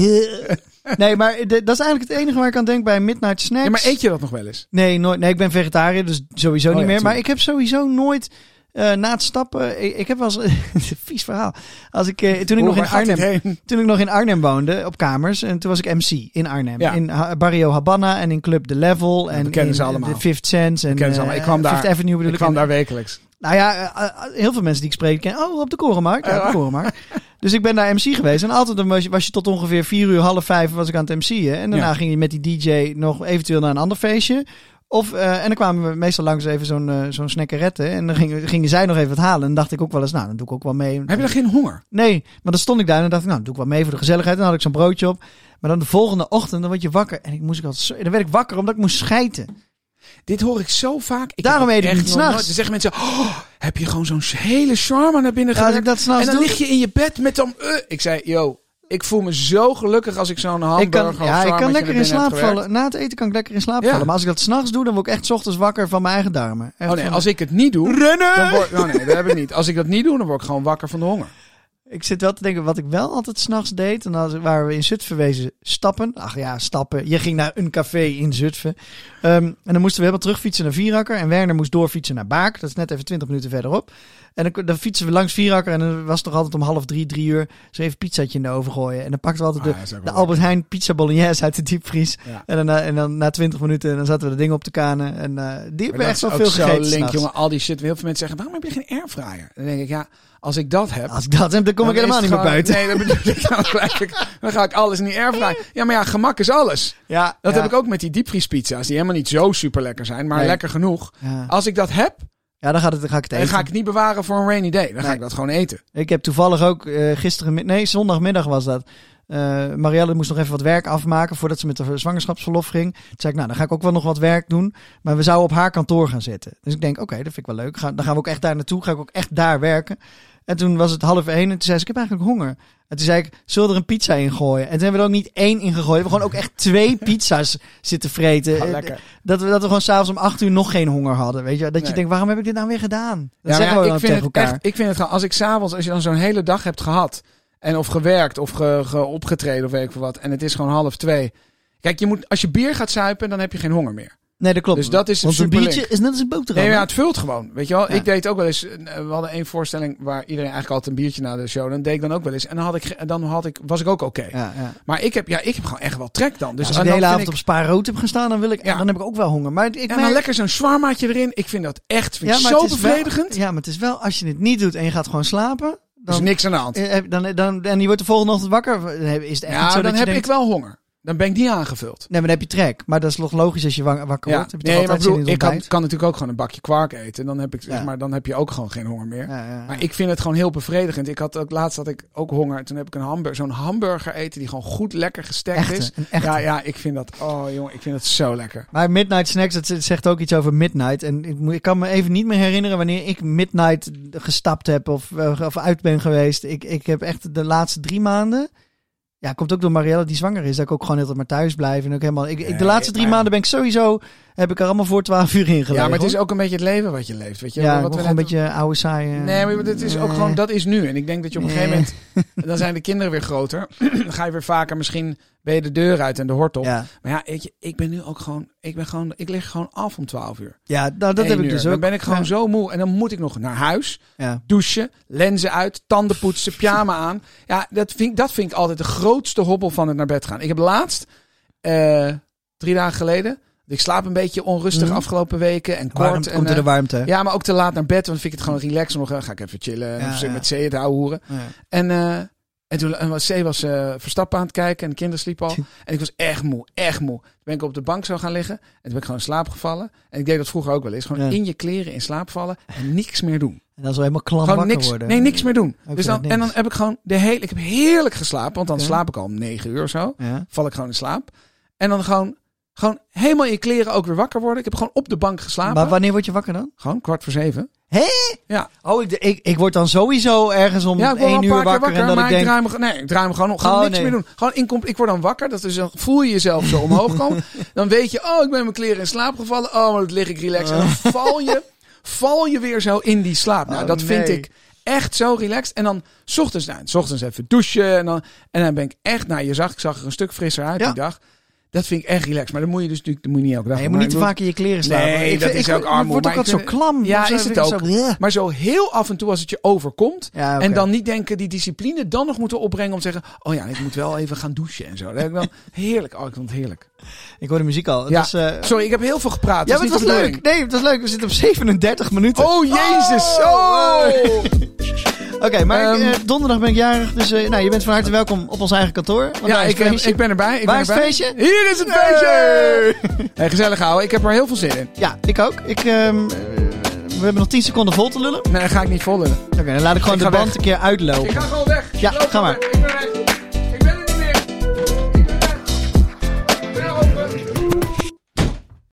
Speaker 1: nee, maar de- dat is eigenlijk het enige waar ik aan denk bij Midnight Snacks.
Speaker 2: Ja, maar eet je dat nog wel eens?
Speaker 1: Nee, nooit. Nee, ik ben vegetariër, dus sowieso
Speaker 2: Oh
Speaker 1: niet
Speaker 2: ja,
Speaker 1: meer. Maar
Speaker 2: tuurlijk.
Speaker 1: ik heb sowieso nooit eh, na het stappen. Ik, ik heb wel eens vies verhaal. Als ik eh, toen ik nog in Arnhem, toen ik nog in Arnhem woonde op kamers en toen was ik MC in Arnhem,
Speaker 2: Ja.
Speaker 1: in Ha- Barrio Habana en in Club The Level en
Speaker 2: we kennen
Speaker 1: in
Speaker 2: ze allemaal.
Speaker 1: de Fifth Sense en
Speaker 2: kennen ze allemaal.
Speaker 1: eh,
Speaker 2: Ik kwam daar.
Speaker 1: Fifth Avenue bedoel
Speaker 2: Ik
Speaker 1: ik.
Speaker 2: kwam
Speaker 1: En-
Speaker 2: daar wekelijks.
Speaker 1: nou ja, eh, eh, heel veel mensen die ik spreek kennen. Oh, op de Korenmarkt. Ja, op de
Speaker 2: Ja.
Speaker 1: Korenmarkt. Dus ik ben daar MC geweest. En altijd dan was je, was je tot ongeveer vier uur, half vijf was ik aan het MC'en. En daarna
Speaker 2: Ja.
Speaker 1: ging je met die DJ nog eventueel naar een ander feestje. Of, eh, en dan kwamen we meestal langs even zo'n eh, zo'n snackerette. En dan gingen, gingen zij nog even wat halen. En dan dacht ik ook wel eens, nou, dan doe ik ook wel mee.
Speaker 2: Heb je dan geen honger?
Speaker 1: Nee, maar dan stond ik daar en dan dacht ik, nou, doe ik wel mee voor de gezelligheid. En dan had ik zo'n broodje op. Maar dan de volgende ochtend, dan word je wakker. En ik moest ik altijd zo- dan werd ik wakker omdat ik moest schijten.
Speaker 2: Dit hoor ik zo vaak. Ik
Speaker 1: Daarom
Speaker 2: heb
Speaker 1: eet ik
Speaker 2: echt
Speaker 1: niet
Speaker 2: nog
Speaker 1: s'nachts.
Speaker 2: nooit- Dan zeggen mensen, oh, heb je gewoon zo'n hele shawarma naar binnen
Speaker 1: Ja, als
Speaker 2: gedaan?
Speaker 1: ik dat
Speaker 2: en
Speaker 1: s'nachts
Speaker 2: dan
Speaker 1: doe...
Speaker 2: lig je in je bed met dan... eh. Ik zei, yo, ik voel me zo gelukkig als ik zo'n
Speaker 1: Ik
Speaker 2: hamburger
Speaker 1: kan,
Speaker 2: of
Speaker 1: ja, ik
Speaker 2: shawarmaatje
Speaker 1: kan lekker
Speaker 2: naar
Speaker 1: in
Speaker 2: binnen heb
Speaker 1: slaap
Speaker 2: gewerkt.
Speaker 1: vallen. Na het eten kan ik lekker in slaap
Speaker 2: Ja.
Speaker 1: vallen. Maar als ik dat s'nachts doe, dan word ik echt 's ochtends wakker van mijn eigen darmen. Echt
Speaker 2: Oh nee,
Speaker 1: van-
Speaker 2: als ik het niet doe... Dan
Speaker 1: Rennen!
Speaker 2: word, oh nee, dat heb ik niet. Als ik dat niet doe, dan word ik gewoon wakker van de honger.
Speaker 1: Ik zit wel te denken, wat ik wel altijd s'nachts deed. En dan waren we in Zutphen wezen stappen. Ach ja, stappen. Je ging naar een café in Zutphen. Ehm, en dan moesten we helemaal terugfietsen naar Vierakker. En Werner moest doorfietsen naar Baak. Dat is net even 20 minuten verderop. En dan, dan fietsen we langs Vierakker. En dan was het nog altijd om half drie, drie uur. Zo even pizzaatje in de oven gooien. En dan pakten we altijd de,
Speaker 2: Ah, dat is ook
Speaker 1: de
Speaker 2: wel leuk.
Speaker 1: Albert Heijn pizza bolognese uit de diepvries.
Speaker 2: Ja.
Speaker 1: En, dan, na- en dan na 20 minuten dan zaten we de dingen op te kanen. En eh, die hebben
Speaker 2: Maar
Speaker 1: echt
Speaker 2: dat
Speaker 1: wel
Speaker 2: is
Speaker 1: veel
Speaker 2: ook
Speaker 1: gegeten.
Speaker 2: zo link,
Speaker 1: s'nachts.
Speaker 2: jongen. Al die shit. Heel veel mensen zeggen, waarom heb je geen airfryer? Dan denk ik, ja, Als ik dat heb...
Speaker 1: Als ik dat heb, dan kom ik
Speaker 2: dan
Speaker 1: helemaal
Speaker 2: is
Speaker 1: niet
Speaker 2: het
Speaker 1: meer buiten.
Speaker 2: gewoon- Nee, dat bedoel ik dan eigenlijk. Dan ga ik alles niet erfvragen. Ja, maar ja, gemak is alles.
Speaker 1: Ja,
Speaker 2: Dat
Speaker 1: ja.
Speaker 2: heb ik ook met die diepvriespizza's, die helemaal niet zo super lekker zijn, maar
Speaker 1: Nee.
Speaker 2: lekker genoeg.
Speaker 1: Ja,
Speaker 2: Als ik dat heb,
Speaker 1: ja dan, gaat het, dan ga ik het
Speaker 2: dan
Speaker 1: eten.
Speaker 2: ga ik het niet bewaren voor een rainy day. Dan ga
Speaker 1: Nee.
Speaker 2: ik dat gewoon eten.
Speaker 1: Ik heb toevallig ook eh gisteren, nee, zondagmiddag was dat. Eh, Marielle moest nog even wat werk afmaken voordat ze met de zwangerschapsverlof ging. Toen zei ik, nou, dan ga ik ook wel nog wat werk doen. Maar we zouden op haar kantoor gaan zitten. Dus ik denk, oké, dat vind ik wel leuk. Ga- dan gaan we ook echt daar naartoe. Ga ik ook echt daar werken. En toen was het half één en toen zei ze, ik heb eigenlijk honger. En toen zei ik, zullen we er een pizza in gooien? En toen hebben we er ook niet één in gegooid. We hebben gewoon ook echt twee pizza's zitten vreten.
Speaker 2: Ja,
Speaker 1: Eh,
Speaker 2: Ah, lekker.
Speaker 1: Dat we, dat we gewoon s'avonds om acht uur nog geen honger hadden. Weet je? Dat
Speaker 2: Nee.
Speaker 1: je denkt, waarom heb ik dit nou weer gedaan? Dat
Speaker 2: Ja, maar
Speaker 1: zeggen we
Speaker 2: ja,
Speaker 1: dan
Speaker 2: ik, vind
Speaker 1: tegen
Speaker 2: het
Speaker 1: elkaar.
Speaker 2: echt, ik vind het gewoon, als ik s'avonds, als je dan zo'n hele dag hebt gehad, en of gewerkt, of ge, ge- opgetreden, of weet ik veel wat, en het is gewoon half twee. Kijk, je moet, als je bier gaat zuipen, dan heb je geen honger meer.
Speaker 1: Nee, dat klopt.
Speaker 2: Dus dat is
Speaker 1: Want een
Speaker 2: superlink.
Speaker 1: biertje is net als een boterham.
Speaker 2: Nee, maar
Speaker 1: hè?
Speaker 2: ja, het vult gewoon. Weet je wel,
Speaker 1: Ja.
Speaker 2: ik deed ook wel eens. eh, We hadden één voorstelling waar iedereen eigenlijk altijd een biertje na de show. Dan deed ik dan ook wel eens. En dan, had ik, ge- en dan had ik, was ik ook oké.
Speaker 1: Ja, ja.
Speaker 2: Maar ik heb, ja, ik heb gewoon echt wel trek dan. Dus
Speaker 1: Dus als ik
Speaker 2: en
Speaker 1: de
Speaker 2: dan
Speaker 1: hele
Speaker 2: Dus vind
Speaker 1: avond
Speaker 2: ik-
Speaker 1: op spaar rood heb gestaan, dan, wil ik,
Speaker 2: Ja.
Speaker 1: dan heb ik ook wel honger. Maar ik
Speaker 2: En
Speaker 1: merk-
Speaker 2: dan lekker zo'n zwaarmaatje erin. Ik vind dat echt vind ik
Speaker 1: maar
Speaker 2: zo
Speaker 1: het is wel-
Speaker 2: bevredigend.
Speaker 1: ja, maar het is wel, als je het niet doet en je gaat gewoon slapen,
Speaker 2: Er is
Speaker 1: dan,
Speaker 2: niks aan de hand.
Speaker 1: eh, heb- dan, dan, en je wordt de volgende ochtend wakker, dan heb- is het echt
Speaker 2: Ja,
Speaker 1: niet zo
Speaker 2: dan
Speaker 1: dat
Speaker 2: heb
Speaker 1: je
Speaker 2: ik
Speaker 1: denkt,
Speaker 2: wel honger. Dan ben ik niet aangevuld.
Speaker 1: Nee, maar dan heb je trek. Maar dat is nog logisch als je wang- wakker
Speaker 2: Ja.
Speaker 1: wordt. Heb je toch
Speaker 2: Nee, maar
Speaker 1: altijd
Speaker 2: ik,
Speaker 1: zin
Speaker 2: bedoel,
Speaker 1: in het
Speaker 2: ik kan,
Speaker 1: ontbijt?
Speaker 2: kan natuurlijk ook gewoon een bakje kwark eten. Dan heb, ik, zeg
Speaker 1: Ja.
Speaker 2: maar, dan heb je ook gewoon geen honger meer.
Speaker 1: Ja, ja, ja.
Speaker 2: Maar ik vind het gewoon heel bevredigend. Ik had ook laatst had ik ook honger. Toen heb ik een hamburger, zo'n hamburger eten die gewoon goed lekker gestekt is.
Speaker 1: Echte, een echte.
Speaker 2: Ja, ja, ik vind dat. Oh jongen, ik vind dat zo lekker.
Speaker 1: Maar Midnight Snacks, dat z- zegt ook iets over Midnight. En ik, moet- ik kan me even niet meer herinneren wanneer ik Midnight gestapt heb of, eh, of uit ben geweest. Ik, ik heb echt de laatste drie maanden... Ja, komt ook door Marielle die zwanger is. Dat ik ook gewoon heel tijd maar thuis blijf. En ook helemaal, ik, ik, de
Speaker 2: Nee,
Speaker 1: laatste drie
Speaker 2: maar-
Speaker 1: maanden ben ik sowieso... Heb ik er allemaal voor twaalf uur in gelegen.
Speaker 2: ja, maar het is
Speaker 1: hoor.
Speaker 2: ook een beetje het leven wat je leeft. Weet je?
Speaker 1: Ja, ik
Speaker 2: wat
Speaker 1: word
Speaker 2: we
Speaker 1: gewoon een
Speaker 2: net-
Speaker 1: beetje oude saai. eh.
Speaker 2: Nee, maar het is ook
Speaker 1: Nee.
Speaker 2: gewoon, dat is nu. En ik denk dat je op een
Speaker 1: Nee.
Speaker 2: gegeven moment, dan zijn de kinderen weer groter. dan ga je weer vaker, misschien ben je de deur uit en de hort op.
Speaker 1: Ja,
Speaker 2: Maar ja, weet je, ik ben nu ook gewoon, ik ben gewoon, ik lig gewoon af om 12 uur.
Speaker 1: ja nou, dat
Speaker 2: Eén
Speaker 1: heb ik
Speaker 2: uur.
Speaker 1: dus ook.
Speaker 2: Dan ben ik gewoon
Speaker 1: Ja.
Speaker 2: zo moe en dan moet ik nog naar huis.
Speaker 1: Ja.
Speaker 2: douchen, lenzen uit, tanden poetsen, pyjama aan. Ja, dat vind, ik- dat vind ik altijd de grootste hobbel van het naar bed gaan. Ik heb laatst, eh, drie dagen geleden, ik slaap een beetje onrustig
Speaker 1: Mhm.
Speaker 2: afgelopen weken en kort.
Speaker 1: Warm,
Speaker 2: en,
Speaker 1: komt er de
Speaker 2: eh,
Speaker 1: warmte. hè?
Speaker 2: ja, maar ook te laat naar bed, want vind ik het gewoon relaxed. Nog, eh, ga ik even chillen
Speaker 1: Ja,
Speaker 2: en of ze
Speaker 1: ja.
Speaker 2: met C het ouwe hoeren.
Speaker 1: Ja.
Speaker 2: En, eh, en toen en C was eh, Verstappen aan het kijken en de kinderen sliepen al. En ik was echt moe, echt moe. Toen ben ik op de bank zo gaan liggen en toen ben ik gewoon in slaap gevallen. En ik deed dat vroeger ook wel eens. Gewoon
Speaker 1: Ja.
Speaker 2: in je kleren in slaap vallen en niks meer doen.
Speaker 1: En dan zo helemaal klam
Speaker 2: Gewoon
Speaker 1: wakker
Speaker 2: niks,
Speaker 1: worden.
Speaker 2: Nee, niks meer doen.
Speaker 1: Ook
Speaker 2: dus dan,
Speaker 1: weer niks.
Speaker 2: en dan heb ik gewoon de hele... Ik heb heerlijk geslapen, want dan
Speaker 1: Oké.
Speaker 2: slaap ik al om negen uur of zo.
Speaker 1: Ja.
Speaker 2: Val ik gewoon in slaap. En dan gewoon, gewoon helemaal in je kleren ook weer wakker worden. Ik heb gewoon op de bank geslapen.
Speaker 1: Maar wanneer word je wakker dan?
Speaker 2: Gewoon kwart voor zeven.
Speaker 1: Oh, ik, ik, ik word dan sowieso ergens om
Speaker 2: ja, ik word wel
Speaker 1: één
Speaker 2: een
Speaker 1: uur
Speaker 2: paar
Speaker 1: wakker,
Speaker 2: keer wakker,
Speaker 1: en dat
Speaker 2: maar
Speaker 1: ik
Speaker 2: ik
Speaker 1: denk...
Speaker 2: draai me, ge- nee, ik draai me gewoon om. Gewoon
Speaker 1: Oh,
Speaker 2: niks
Speaker 1: nee.
Speaker 2: meer doen. Gewoon incom- ik word dan wakker. Dat is, dan voel je jezelf zo omhoog komen. dan weet je, oh, ik ben in mijn kleren in slaap gevallen. Oh, maar dat lig ik relaxed. En dan val je, val je weer zo in die slaap. Nou,
Speaker 1: Oh,
Speaker 2: dat vind
Speaker 1: nee.
Speaker 2: ik echt zo relaxed. En dan 's ochtends, nou, 's ochtends even douchen. En dan, en dan ben ik echt, nou, je zag, ik zag er een stuk frisser uit
Speaker 1: Ja.
Speaker 2: die dag. Dat vind ik echt relaxed. Maar dat moet je dus natuurlijk dat moet je niet elke dag
Speaker 1: Nee, je
Speaker 2: doen.
Speaker 1: moet niet te
Speaker 2: Maar ik
Speaker 1: vaak in je kleren slapen.
Speaker 2: Nee, dat is ook armoede,
Speaker 1: Het wordt
Speaker 2: maar
Speaker 1: ook wat
Speaker 2: ik
Speaker 1: zo
Speaker 2: vind het-
Speaker 1: klam.
Speaker 2: Ja,
Speaker 1: Of zo,
Speaker 2: is het
Speaker 1: vind ik
Speaker 2: ook.
Speaker 1: zo- Ja.
Speaker 2: bedoel- Maar zo heel af en toe als het je overkomt,
Speaker 1: Ja, oké.
Speaker 2: en dan niet denken die discipline dan nog moeten opbrengen om te zeggen: Oh ja, ik moet wel even gaan douchen en zo. Dat heb ik dan heerlijk. Oh, ik vond het heerlijk.
Speaker 1: Ik hoor de muziek al. Het
Speaker 2: Ja.
Speaker 1: was, eh,
Speaker 2: Sorry, ik heb heel veel gepraat.
Speaker 1: ja,
Speaker 2: Dat
Speaker 1: maar
Speaker 2: is
Speaker 1: het was
Speaker 2: niet de
Speaker 1: leuk.
Speaker 2: bedoeling.
Speaker 1: Nee, het was leuk. We zitten op 37 minuten.
Speaker 2: Oh jezus.
Speaker 1: Oh,
Speaker 2: Oh.
Speaker 1: Oké, maar ik,
Speaker 2: Ehm.
Speaker 1: eh, donderdag ben ik jarig. Dus eh, nou, je bent van harte welkom op ons eigen kantoor. Want
Speaker 2: Ja,
Speaker 1: daar is
Speaker 2: ik, eh,
Speaker 1: feestje.
Speaker 2: ik ben erbij. Ik
Speaker 1: Waar
Speaker 2: ben
Speaker 1: is het
Speaker 2: erbij.
Speaker 1: feestje?
Speaker 2: Hier is het feestje. Hey, gezellig houden. Ik heb er heel veel zin in.
Speaker 1: Ja, ik ook. Ik, ehm, eh, we hebben nog 10 seconden vol te lullen.
Speaker 2: Nee, dat ga ik niet volgen.
Speaker 1: Oké, dan laat ik gewoon
Speaker 2: Ik
Speaker 1: de
Speaker 2: ga
Speaker 1: band
Speaker 2: weg.
Speaker 1: een keer uitlopen.
Speaker 2: Ik ga gewoon weg.
Speaker 1: Ja,
Speaker 2: Loop
Speaker 1: ga maar.
Speaker 2: Ik ben weg.